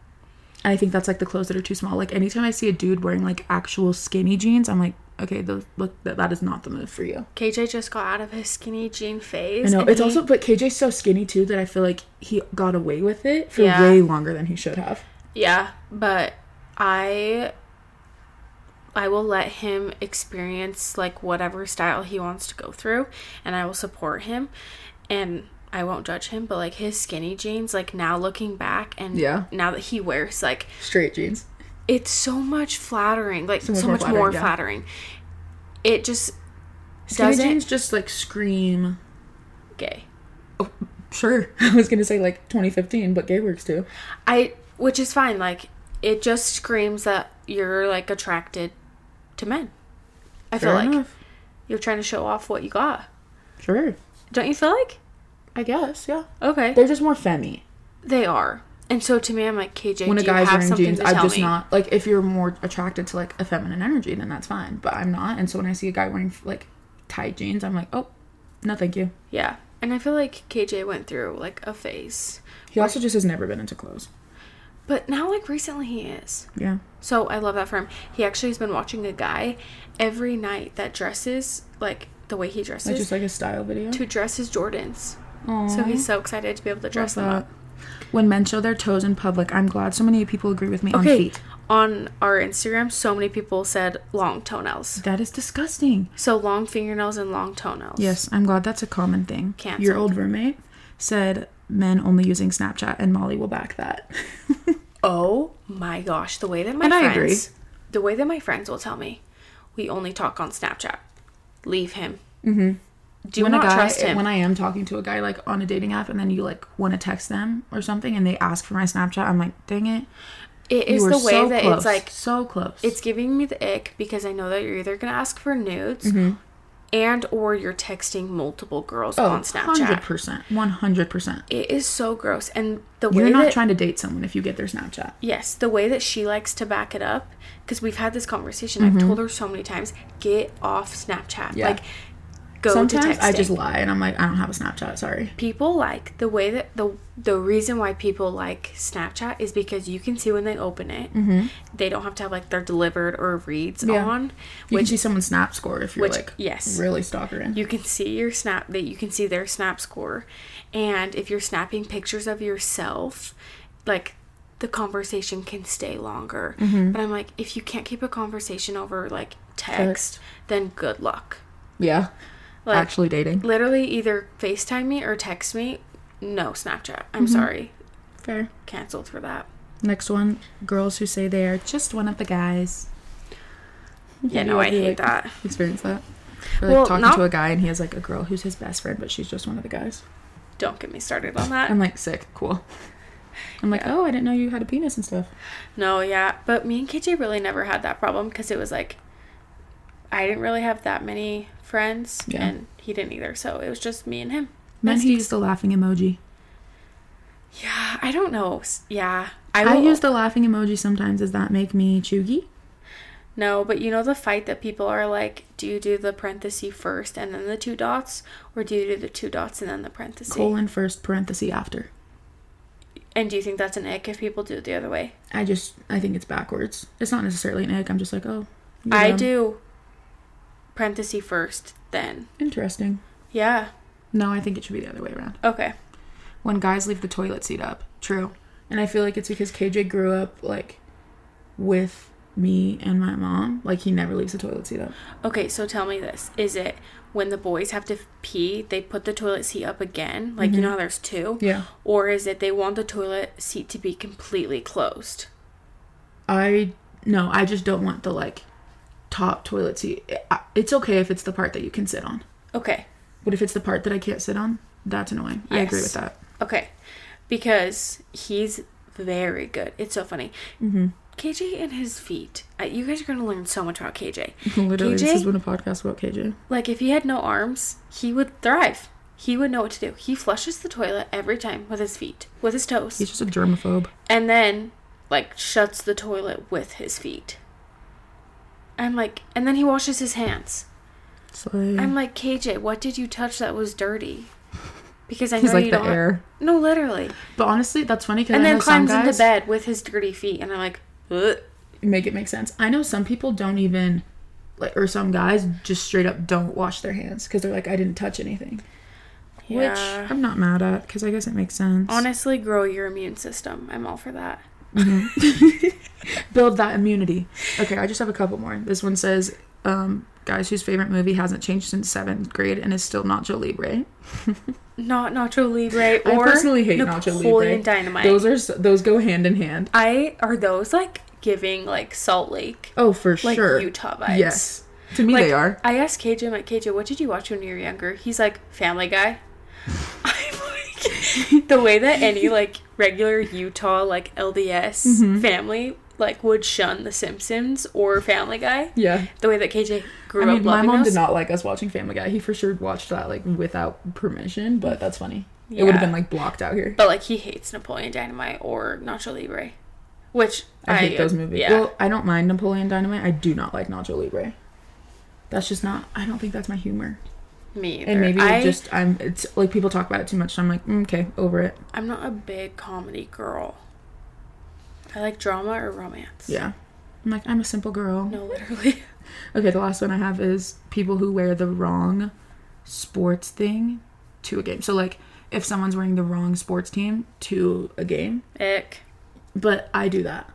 Speaker 1: I think that's like the clothes that are too small. Like anytime I see a dude wearing like actual skinny jeans, I'm like, okay, those look that, that is not the move for you.
Speaker 2: KJ just got out of his skinny jean phase.
Speaker 1: I know
Speaker 2: and
Speaker 1: it's
Speaker 2: he-
Speaker 1: also, but KJ's so skinny too that I feel like he got away with it for
Speaker 2: Yeah.
Speaker 1: way longer than he should have.
Speaker 2: Yeah, but I I will let him experience like whatever style he wants to go through and I will support him and I won't judge him, but like his skinny jeans, like now looking back and
Speaker 1: Yeah.
Speaker 2: now that he wears like
Speaker 1: Straight jeans.
Speaker 2: it's so much flattering, like so,
Speaker 1: much more
Speaker 2: much more
Speaker 1: flattering, yeah.
Speaker 2: flattering. It just
Speaker 1: Skinny
Speaker 2: doesn't
Speaker 1: jeans just like scream.
Speaker 2: gay.
Speaker 1: Oh, sure. I was gonna say like 2015, but gay works too.
Speaker 2: I which is fine, like it just screams that you're like attracted to men. I feel
Speaker 1: Fair
Speaker 2: like
Speaker 1: enough.
Speaker 2: you're trying to show off what you got.
Speaker 1: Sure.
Speaker 2: Don't you feel like?
Speaker 1: I guess. Yeah.
Speaker 2: Okay.
Speaker 1: They're just more femmy.
Speaker 2: They are. And so to me, I'm like, KJ,
Speaker 1: when
Speaker 2: do
Speaker 1: a
Speaker 2: you
Speaker 1: guy's
Speaker 2: have
Speaker 1: wearing
Speaker 2: something
Speaker 1: jeans,
Speaker 2: to
Speaker 1: I'm
Speaker 2: tell
Speaker 1: just
Speaker 2: me?
Speaker 1: not like if you're more attracted to like a feminine energy, then that's fine. But I'm not, and so when I see a guy wearing like tight jeans, I'm like, oh, no, thank you.
Speaker 2: Yeah. And I feel like KJ went through like a phase.
Speaker 1: He also just has never been into clothes.
Speaker 2: But now, like, recently he is.
Speaker 1: Yeah,
Speaker 2: So I love that for him. He actually has been watching a guy every night that dresses, like, the way he
Speaker 1: like
Speaker 2: dresses,
Speaker 1: just like a style video.
Speaker 2: to dress his Jordans.
Speaker 1: Aw,
Speaker 2: So he's so excited to be able to dress them
Speaker 1: love
Speaker 2: up.
Speaker 1: that. When men show their toes in public, I'm glad so many people agree with me on
Speaker 2: Okay.
Speaker 1: feet.
Speaker 2: On our Instagram, so many people said long toenails.
Speaker 1: That is disgusting.
Speaker 2: So long fingernails and long toenails.
Speaker 1: Yes, I'm glad that's a common thing.
Speaker 2: Canceled.
Speaker 1: Your old roommate said men only using Snapchat, and Molly will back that.
Speaker 2: Oh my gosh, the way that my
Speaker 1: And I
Speaker 2: friends,
Speaker 1: agree.
Speaker 2: the way that my friends will tell me, we only talk on Snapchat. Leave him. Mm-hmm. Do
Speaker 1: when
Speaker 2: not
Speaker 1: a guy,
Speaker 2: trust him.
Speaker 1: when I am talking to a guy like on a dating app, and then you like want to text them or something, and they ask for my Snapchat, I'm like, dang it,
Speaker 2: it
Speaker 1: you
Speaker 2: is
Speaker 1: were
Speaker 2: the way
Speaker 1: so
Speaker 2: that
Speaker 1: close,
Speaker 2: it's like
Speaker 1: so close.
Speaker 2: it's giving me the ick because I know that you're either gonna ask for nudes
Speaker 1: Mm-hmm.
Speaker 2: and or you're texting multiple
Speaker 1: Oh,
Speaker 2: girls on Snapchat.
Speaker 1: percent, one hundred percent.
Speaker 2: It is so gross, and the way
Speaker 1: You're not
Speaker 2: that
Speaker 1: trying to date someone if you get their Snapchat.
Speaker 2: Yes, the way that she likes to back it up, because we've had this conversation. I've told her so many times, get off Snapchat.
Speaker 1: Mm-hmm. Yeah.
Speaker 2: Like, go to
Speaker 1: Sometimes
Speaker 2: texting.
Speaker 1: I just lie and I'm like, I don't have a Snapchat. Sorry.
Speaker 2: people like the way that the the reason why people like Snapchat is because you can see when they open it. They don't have to have like their delivered or reads
Speaker 1: Mm-hmm. Yeah.
Speaker 2: on,
Speaker 1: You
Speaker 2: which
Speaker 1: can see someone's Snap score if you're
Speaker 2: which-
Speaker 1: like,
Speaker 2: yes.
Speaker 1: really stalkering.
Speaker 2: you can see your snap that you can see their snap score, and if you're snapping pictures of yourself, like the conversation can stay longer.
Speaker 1: Mm-hmm.
Speaker 2: But I'm like, if you can't keep a conversation over like text, then good luck.
Speaker 1: yeah,
Speaker 2: Like,
Speaker 1: actually dating.
Speaker 2: literally either FaceTime me or text me. No Snapchat. I'm
Speaker 1: Mm-hmm.
Speaker 2: sorry,
Speaker 1: Fair.
Speaker 2: canceled for that.
Speaker 1: Next one, girls who say they are just one of the guys.
Speaker 2: Yeah,
Speaker 1: Have
Speaker 2: no,
Speaker 1: you
Speaker 2: I
Speaker 1: ever,
Speaker 2: hate
Speaker 1: like,
Speaker 2: that.
Speaker 1: Experience that. Or like
Speaker 2: Well,
Speaker 1: talking
Speaker 2: not-
Speaker 1: to a guy and he has like a girl who's his best friend, but she's just one of the guys.
Speaker 2: Don't get me started on that.
Speaker 1: I'm like, sick, cool. I'm like, oh, I didn't know you had a penis and stuff.
Speaker 2: No, yeah, but me and KJ really never had that problem because it was like I didn't really have that many friends,
Speaker 1: Yeah.
Speaker 2: and he didn't either. So it was just me and him.
Speaker 1: Men who
Speaker 2: Besties.
Speaker 1: use the laughing emoji.
Speaker 2: yeah, I don't know. S- Yeah, I,
Speaker 1: I
Speaker 2: will,
Speaker 1: use the laughing emoji sometimes. Does that make me chuggy?
Speaker 2: no, but you know the fight that people are like, do you do the parenthesis first and then the two dots, or do you do the two dots and then the parenthesis?
Speaker 1: Colon first, parenthesis after.
Speaker 2: And do you think that's an ick if people do it the other way?
Speaker 1: I just, I think it's backwards. It's not necessarily an egg. I'm just like, oh. you
Speaker 2: I
Speaker 1: know,
Speaker 2: do parenthesis first, then
Speaker 1: Interesting.
Speaker 2: yeah,
Speaker 1: No, I think it should be the other way around.
Speaker 2: okay.
Speaker 1: when guys leave the toilet seat up. True. And I feel like it's because KJ grew up like with me and my mom. Like he never leaves the toilet seat up.
Speaker 2: Okay, so tell me this. Is it when the boys have to f- pee, they put the toilet seat up again? Like, you know how there's two?
Speaker 1: Yeah.
Speaker 2: Or is it they want the toilet seat to be completely closed?
Speaker 1: I no, I just don't want the like top toilet seat. I- It's okay if it's the part that you can sit on,
Speaker 2: Okay,
Speaker 1: but if it's the part that I can't sit on, that's annoying. I agree with
Speaker 2: Yes.
Speaker 1: that.
Speaker 2: okay. Because he's very good. It's so funny.
Speaker 1: Mm-hmm.
Speaker 2: KJ and his feet. Uh, You guys are going to learn so much about KJ.
Speaker 1: Literally, this has
Speaker 2: KJ?
Speaker 1: been a podcast about KJ.
Speaker 2: Like, if he had no arms, he would thrive. He would know what to do. He flushes the toilet every time with his feet, with his toes.
Speaker 1: He's just a germaphobe.
Speaker 2: and then like shuts the toilet with his feet. I'm like, and then he washes his hands.
Speaker 1: It's like-
Speaker 2: I'm like, KJ, what did you touch that was dirty? Because I
Speaker 1: he's
Speaker 2: know
Speaker 1: like
Speaker 2: you
Speaker 1: the
Speaker 2: don't.
Speaker 1: air.
Speaker 2: No, literally.
Speaker 1: But honestly, that's funny because
Speaker 2: And
Speaker 1: I know
Speaker 2: then climbs
Speaker 1: some guys
Speaker 2: into bed with his dirty feet, and I'm like, Ugh.
Speaker 1: make it make sense. I know some people don't even like, or some guys just straight up don't wash their hands because they're like, I didn't touch anything,
Speaker 2: Yeah.
Speaker 1: which I'm not mad at because I guess it makes sense.
Speaker 2: honestly, grow your immune system. I'm all for that.
Speaker 1: build that immunity. Okay, I just have a couple more. This one says, um, guys whose favorite movie hasn't changed since seventh grade and is still Nacho Libre.
Speaker 2: Not Nacho Libre
Speaker 1: I
Speaker 2: or
Speaker 1: personally hate Nacho
Speaker 2: Napoleon
Speaker 1: Libre.
Speaker 2: Dynamite.
Speaker 1: Those are s- those go hand in hand.
Speaker 2: I are those like giving like Salt Lake,
Speaker 1: Oh, for
Speaker 2: like
Speaker 1: sure.
Speaker 2: Utah vibes.
Speaker 1: Yes, to me
Speaker 2: Like,
Speaker 1: they are.
Speaker 2: I asked KJ, I'm like, KJ, what did you watch when you were younger? He's like, Family Guy. I'm like, the way that any like regular Utah like LDS
Speaker 1: Mm-hmm.
Speaker 2: family like would shun The Simpsons or Family Guy.
Speaker 1: Yeah.
Speaker 2: The way that KJ grew
Speaker 1: I mean,
Speaker 2: up
Speaker 1: my
Speaker 2: loving
Speaker 1: mom
Speaker 2: those.
Speaker 1: did not like us watching Family Guy. He for sure watched that like without permission, but that's funny. It would have
Speaker 2: Yeah.
Speaker 1: been like blocked out here.
Speaker 2: But like he hates Napoleon Dynamite or Nacho Libre, which
Speaker 1: I hate those movies.
Speaker 2: Yeah,
Speaker 1: Well, I don't mind Napoleon Dynamite. I do not like Nacho Libre. That's just not. I don't think that's my humor.
Speaker 2: me either.
Speaker 1: And maybe
Speaker 2: I,
Speaker 1: it just I'm. It's like people talk about it too much. So I'm like, mm, okay, over it.
Speaker 2: I'm not a big comedy girl. I like drama or romance.
Speaker 1: Yeah. I'm like, I'm a simple girl.
Speaker 2: No, literally.
Speaker 1: Okay, the last one I have is people who wear the wrong sports thing to a game. So like, if someone's wearing the wrong sports team to a game,
Speaker 2: Ick.
Speaker 1: but I do that.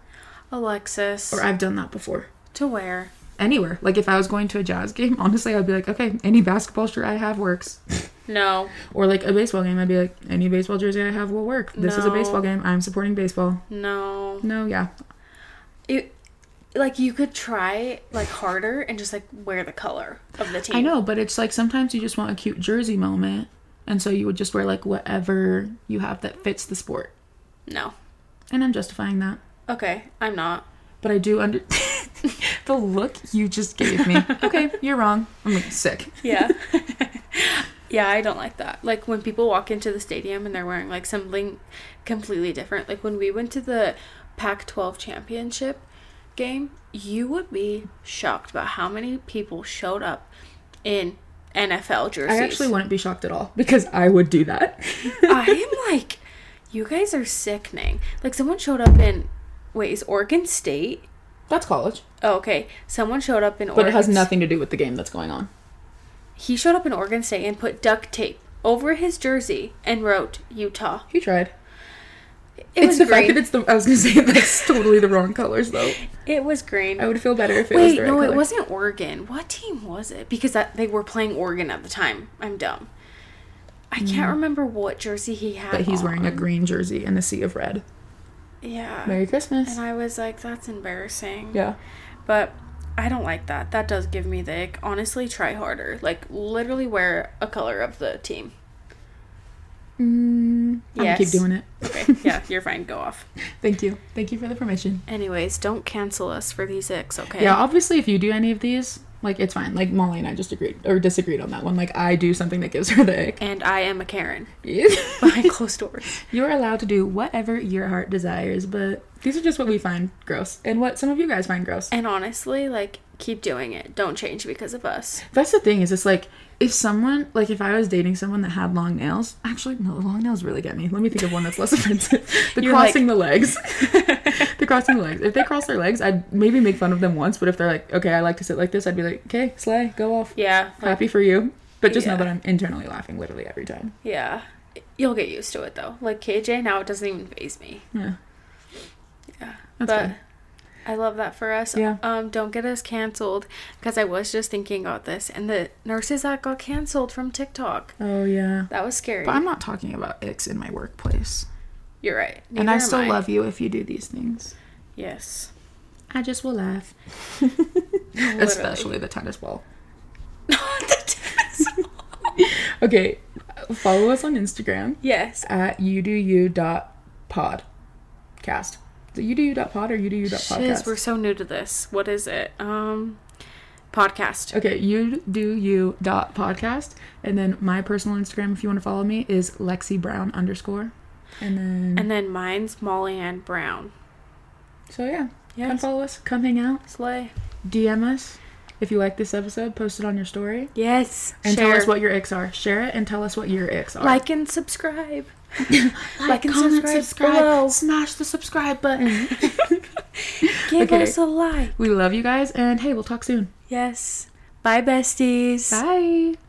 Speaker 2: Alexis.
Speaker 1: or I've done that before.
Speaker 2: to wear.
Speaker 1: Anywhere. Like if I was going to a jazz game, honestly, I'd be like, okay, any basketball shirt I have works.
Speaker 2: No,
Speaker 1: Or like a baseball game, I'd be like, any baseball jersey I have will work. This is a
Speaker 2: No.
Speaker 1: baseball game. I'm supporting baseball.
Speaker 2: no.
Speaker 1: No, yeah.
Speaker 2: It, like you could try like harder and just like wear the color of the team.
Speaker 1: I know, but it's like sometimes you just want a cute jersey moment. And so you would just wear like whatever you have that fits the sport.
Speaker 2: No.
Speaker 1: And I'm justifying that.
Speaker 2: Okay, I'm not.
Speaker 1: But I do under the look you just gave me. okay, you're wrong. I'm like, sick.
Speaker 2: Yeah. yeah, I don't like that. Like when people walk into the stadium and they're wearing like something completely different. Like when we went to the Pac-12 championship game, you would be shocked about how many people showed up in NFL jerseys.
Speaker 1: I actually wouldn't be shocked at all because I would do that.
Speaker 2: I am like, you guys are sickening. Like someone showed up in, wait, is Oregon State?
Speaker 1: That's college.
Speaker 2: Oh, okay. Someone showed up in.
Speaker 1: But it has
Speaker 2: Oregon-
Speaker 1: nothing to do with the game that's going on.
Speaker 2: He showed up in Oregon State and put duct tape over his jersey and wrote Utah.
Speaker 1: He tried.
Speaker 2: It
Speaker 1: It's
Speaker 2: was
Speaker 1: the
Speaker 2: green.
Speaker 1: fact that it's the. I was gonna say that's totally the wrong colors though.
Speaker 2: it was green.
Speaker 1: I would feel better if it was
Speaker 2: wait,
Speaker 1: the right
Speaker 2: no,
Speaker 1: color.
Speaker 2: it wasn't Oregon. What team was it? Because that, they were playing Oregon at the time. I'm dumb. I can't remember what jersey he had.
Speaker 1: Hmm. But he's wearing a
Speaker 2: on.
Speaker 1: green jersey and a sea of red.
Speaker 2: Yeah.
Speaker 1: Merry Christmas.
Speaker 2: And I was like, that's embarrassing.
Speaker 1: Yeah.
Speaker 2: But I don't like that. That does give me the ick. Honestly, try harder. Like, literally wear a color of the team.
Speaker 1: Mm, I'm gonna keep
Speaker 2: Yes.
Speaker 1: doing it.
Speaker 2: Okay, yeah, you're fine. Go off.
Speaker 1: Thank you. Thank you for the permission.
Speaker 2: Anyways, don't cancel us for these icks, okay?
Speaker 1: Yeah. Obviously, if you do any of these, like it's fine. Like Molly and I just agreed or disagreed on that one. Like I do something that gives her the ick.
Speaker 2: And I am a Karen behind
Speaker 1: you
Speaker 2: closed doors.
Speaker 1: are allowed to do whatever your heart desires, but these are just what we find gross and what some of you guys find gross.
Speaker 2: And honestly, like, keep doing it. Don't change because of us.
Speaker 1: That's the thing is it's like if someone like if I was dating someone that had long nails, actually no, long nails really get me. Let me think of one that's less offensive. The
Speaker 2: You're like-
Speaker 1: crossing the legs. the crossing the legs. If they cross their legs, I'd maybe make fun of them once, but if they're like, okay, I like to sit like this, I'd be like, okay, slay, go off.
Speaker 2: Yeah. Like,
Speaker 1: Happy for you. But just know
Speaker 2: Yeah.
Speaker 1: that I'm internally laughing literally every time.
Speaker 2: yeah. You'll get used to it, though. Like, KJ, now it doesn't even phase me.
Speaker 1: Yeah.
Speaker 2: Yeah.
Speaker 1: That's
Speaker 2: but
Speaker 1: good.
Speaker 2: I love that for us.
Speaker 1: Yeah.
Speaker 2: Um, don't get us canceled because I was just thinking about this and the nurses that got canceled from TikTok.
Speaker 1: Oh yeah.
Speaker 2: That was scary.
Speaker 1: But I'm not talking about icks in my workplace.
Speaker 2: You're right.
Speaker 1: and
Speaker 2: Neither
Speaker 1: I
Speaker 2: am
Speaker 1: still love you if you do these things.
Speaker 2: Yes.
Speaker 1: I just will laugh.
Speaker 2: Literally.
Speaker 1: Especially the tennis ball.
Speaker 2: Not the tennis ball.
Speaker 1: Okay. Follow us on Instagram
Speaker 2: yes.
Speaker 1: at udu.pod. Cast. The udu.pod or
Speaker 2: Shiz, we're
Speaker 1: udu.podcast?
Speaker 2: so new to this. What is it? Um, podcast.
Speaker 1: Okay, udu.podcast. And then my personal Instagram, if you want to follow me, is Lexi Brown underscore. And then,
Speaker 2: And then mine's Molly Ann Brown.
Speaker 1: so yeah, come
Speaker 2: Yes.
Speaker 1: follow us, come hang out,
Speaker 2: Slay.
Speaker 1: DM us. If you like this episode, post it on your story.
Speaker 2: Yes.
Speaker 1: And
Speaker 2: Share.
Speaker 1: tell us what your icks are. Share it and tell us what your icks are.
Speaker 2: like and subscribe. like and
Speaker 1: comment,
Speaker 2: subscribe, below.
Speaker 1: smash the subscribe button.
Speaker 2: Give
Speaker 1: Okay.
Speaker 2: us a like.
Speaker 1: we love you guys, and hey, we'll talk soon.
Speaker 2: Yes. Bye, besties.
Speaker 1: Bye.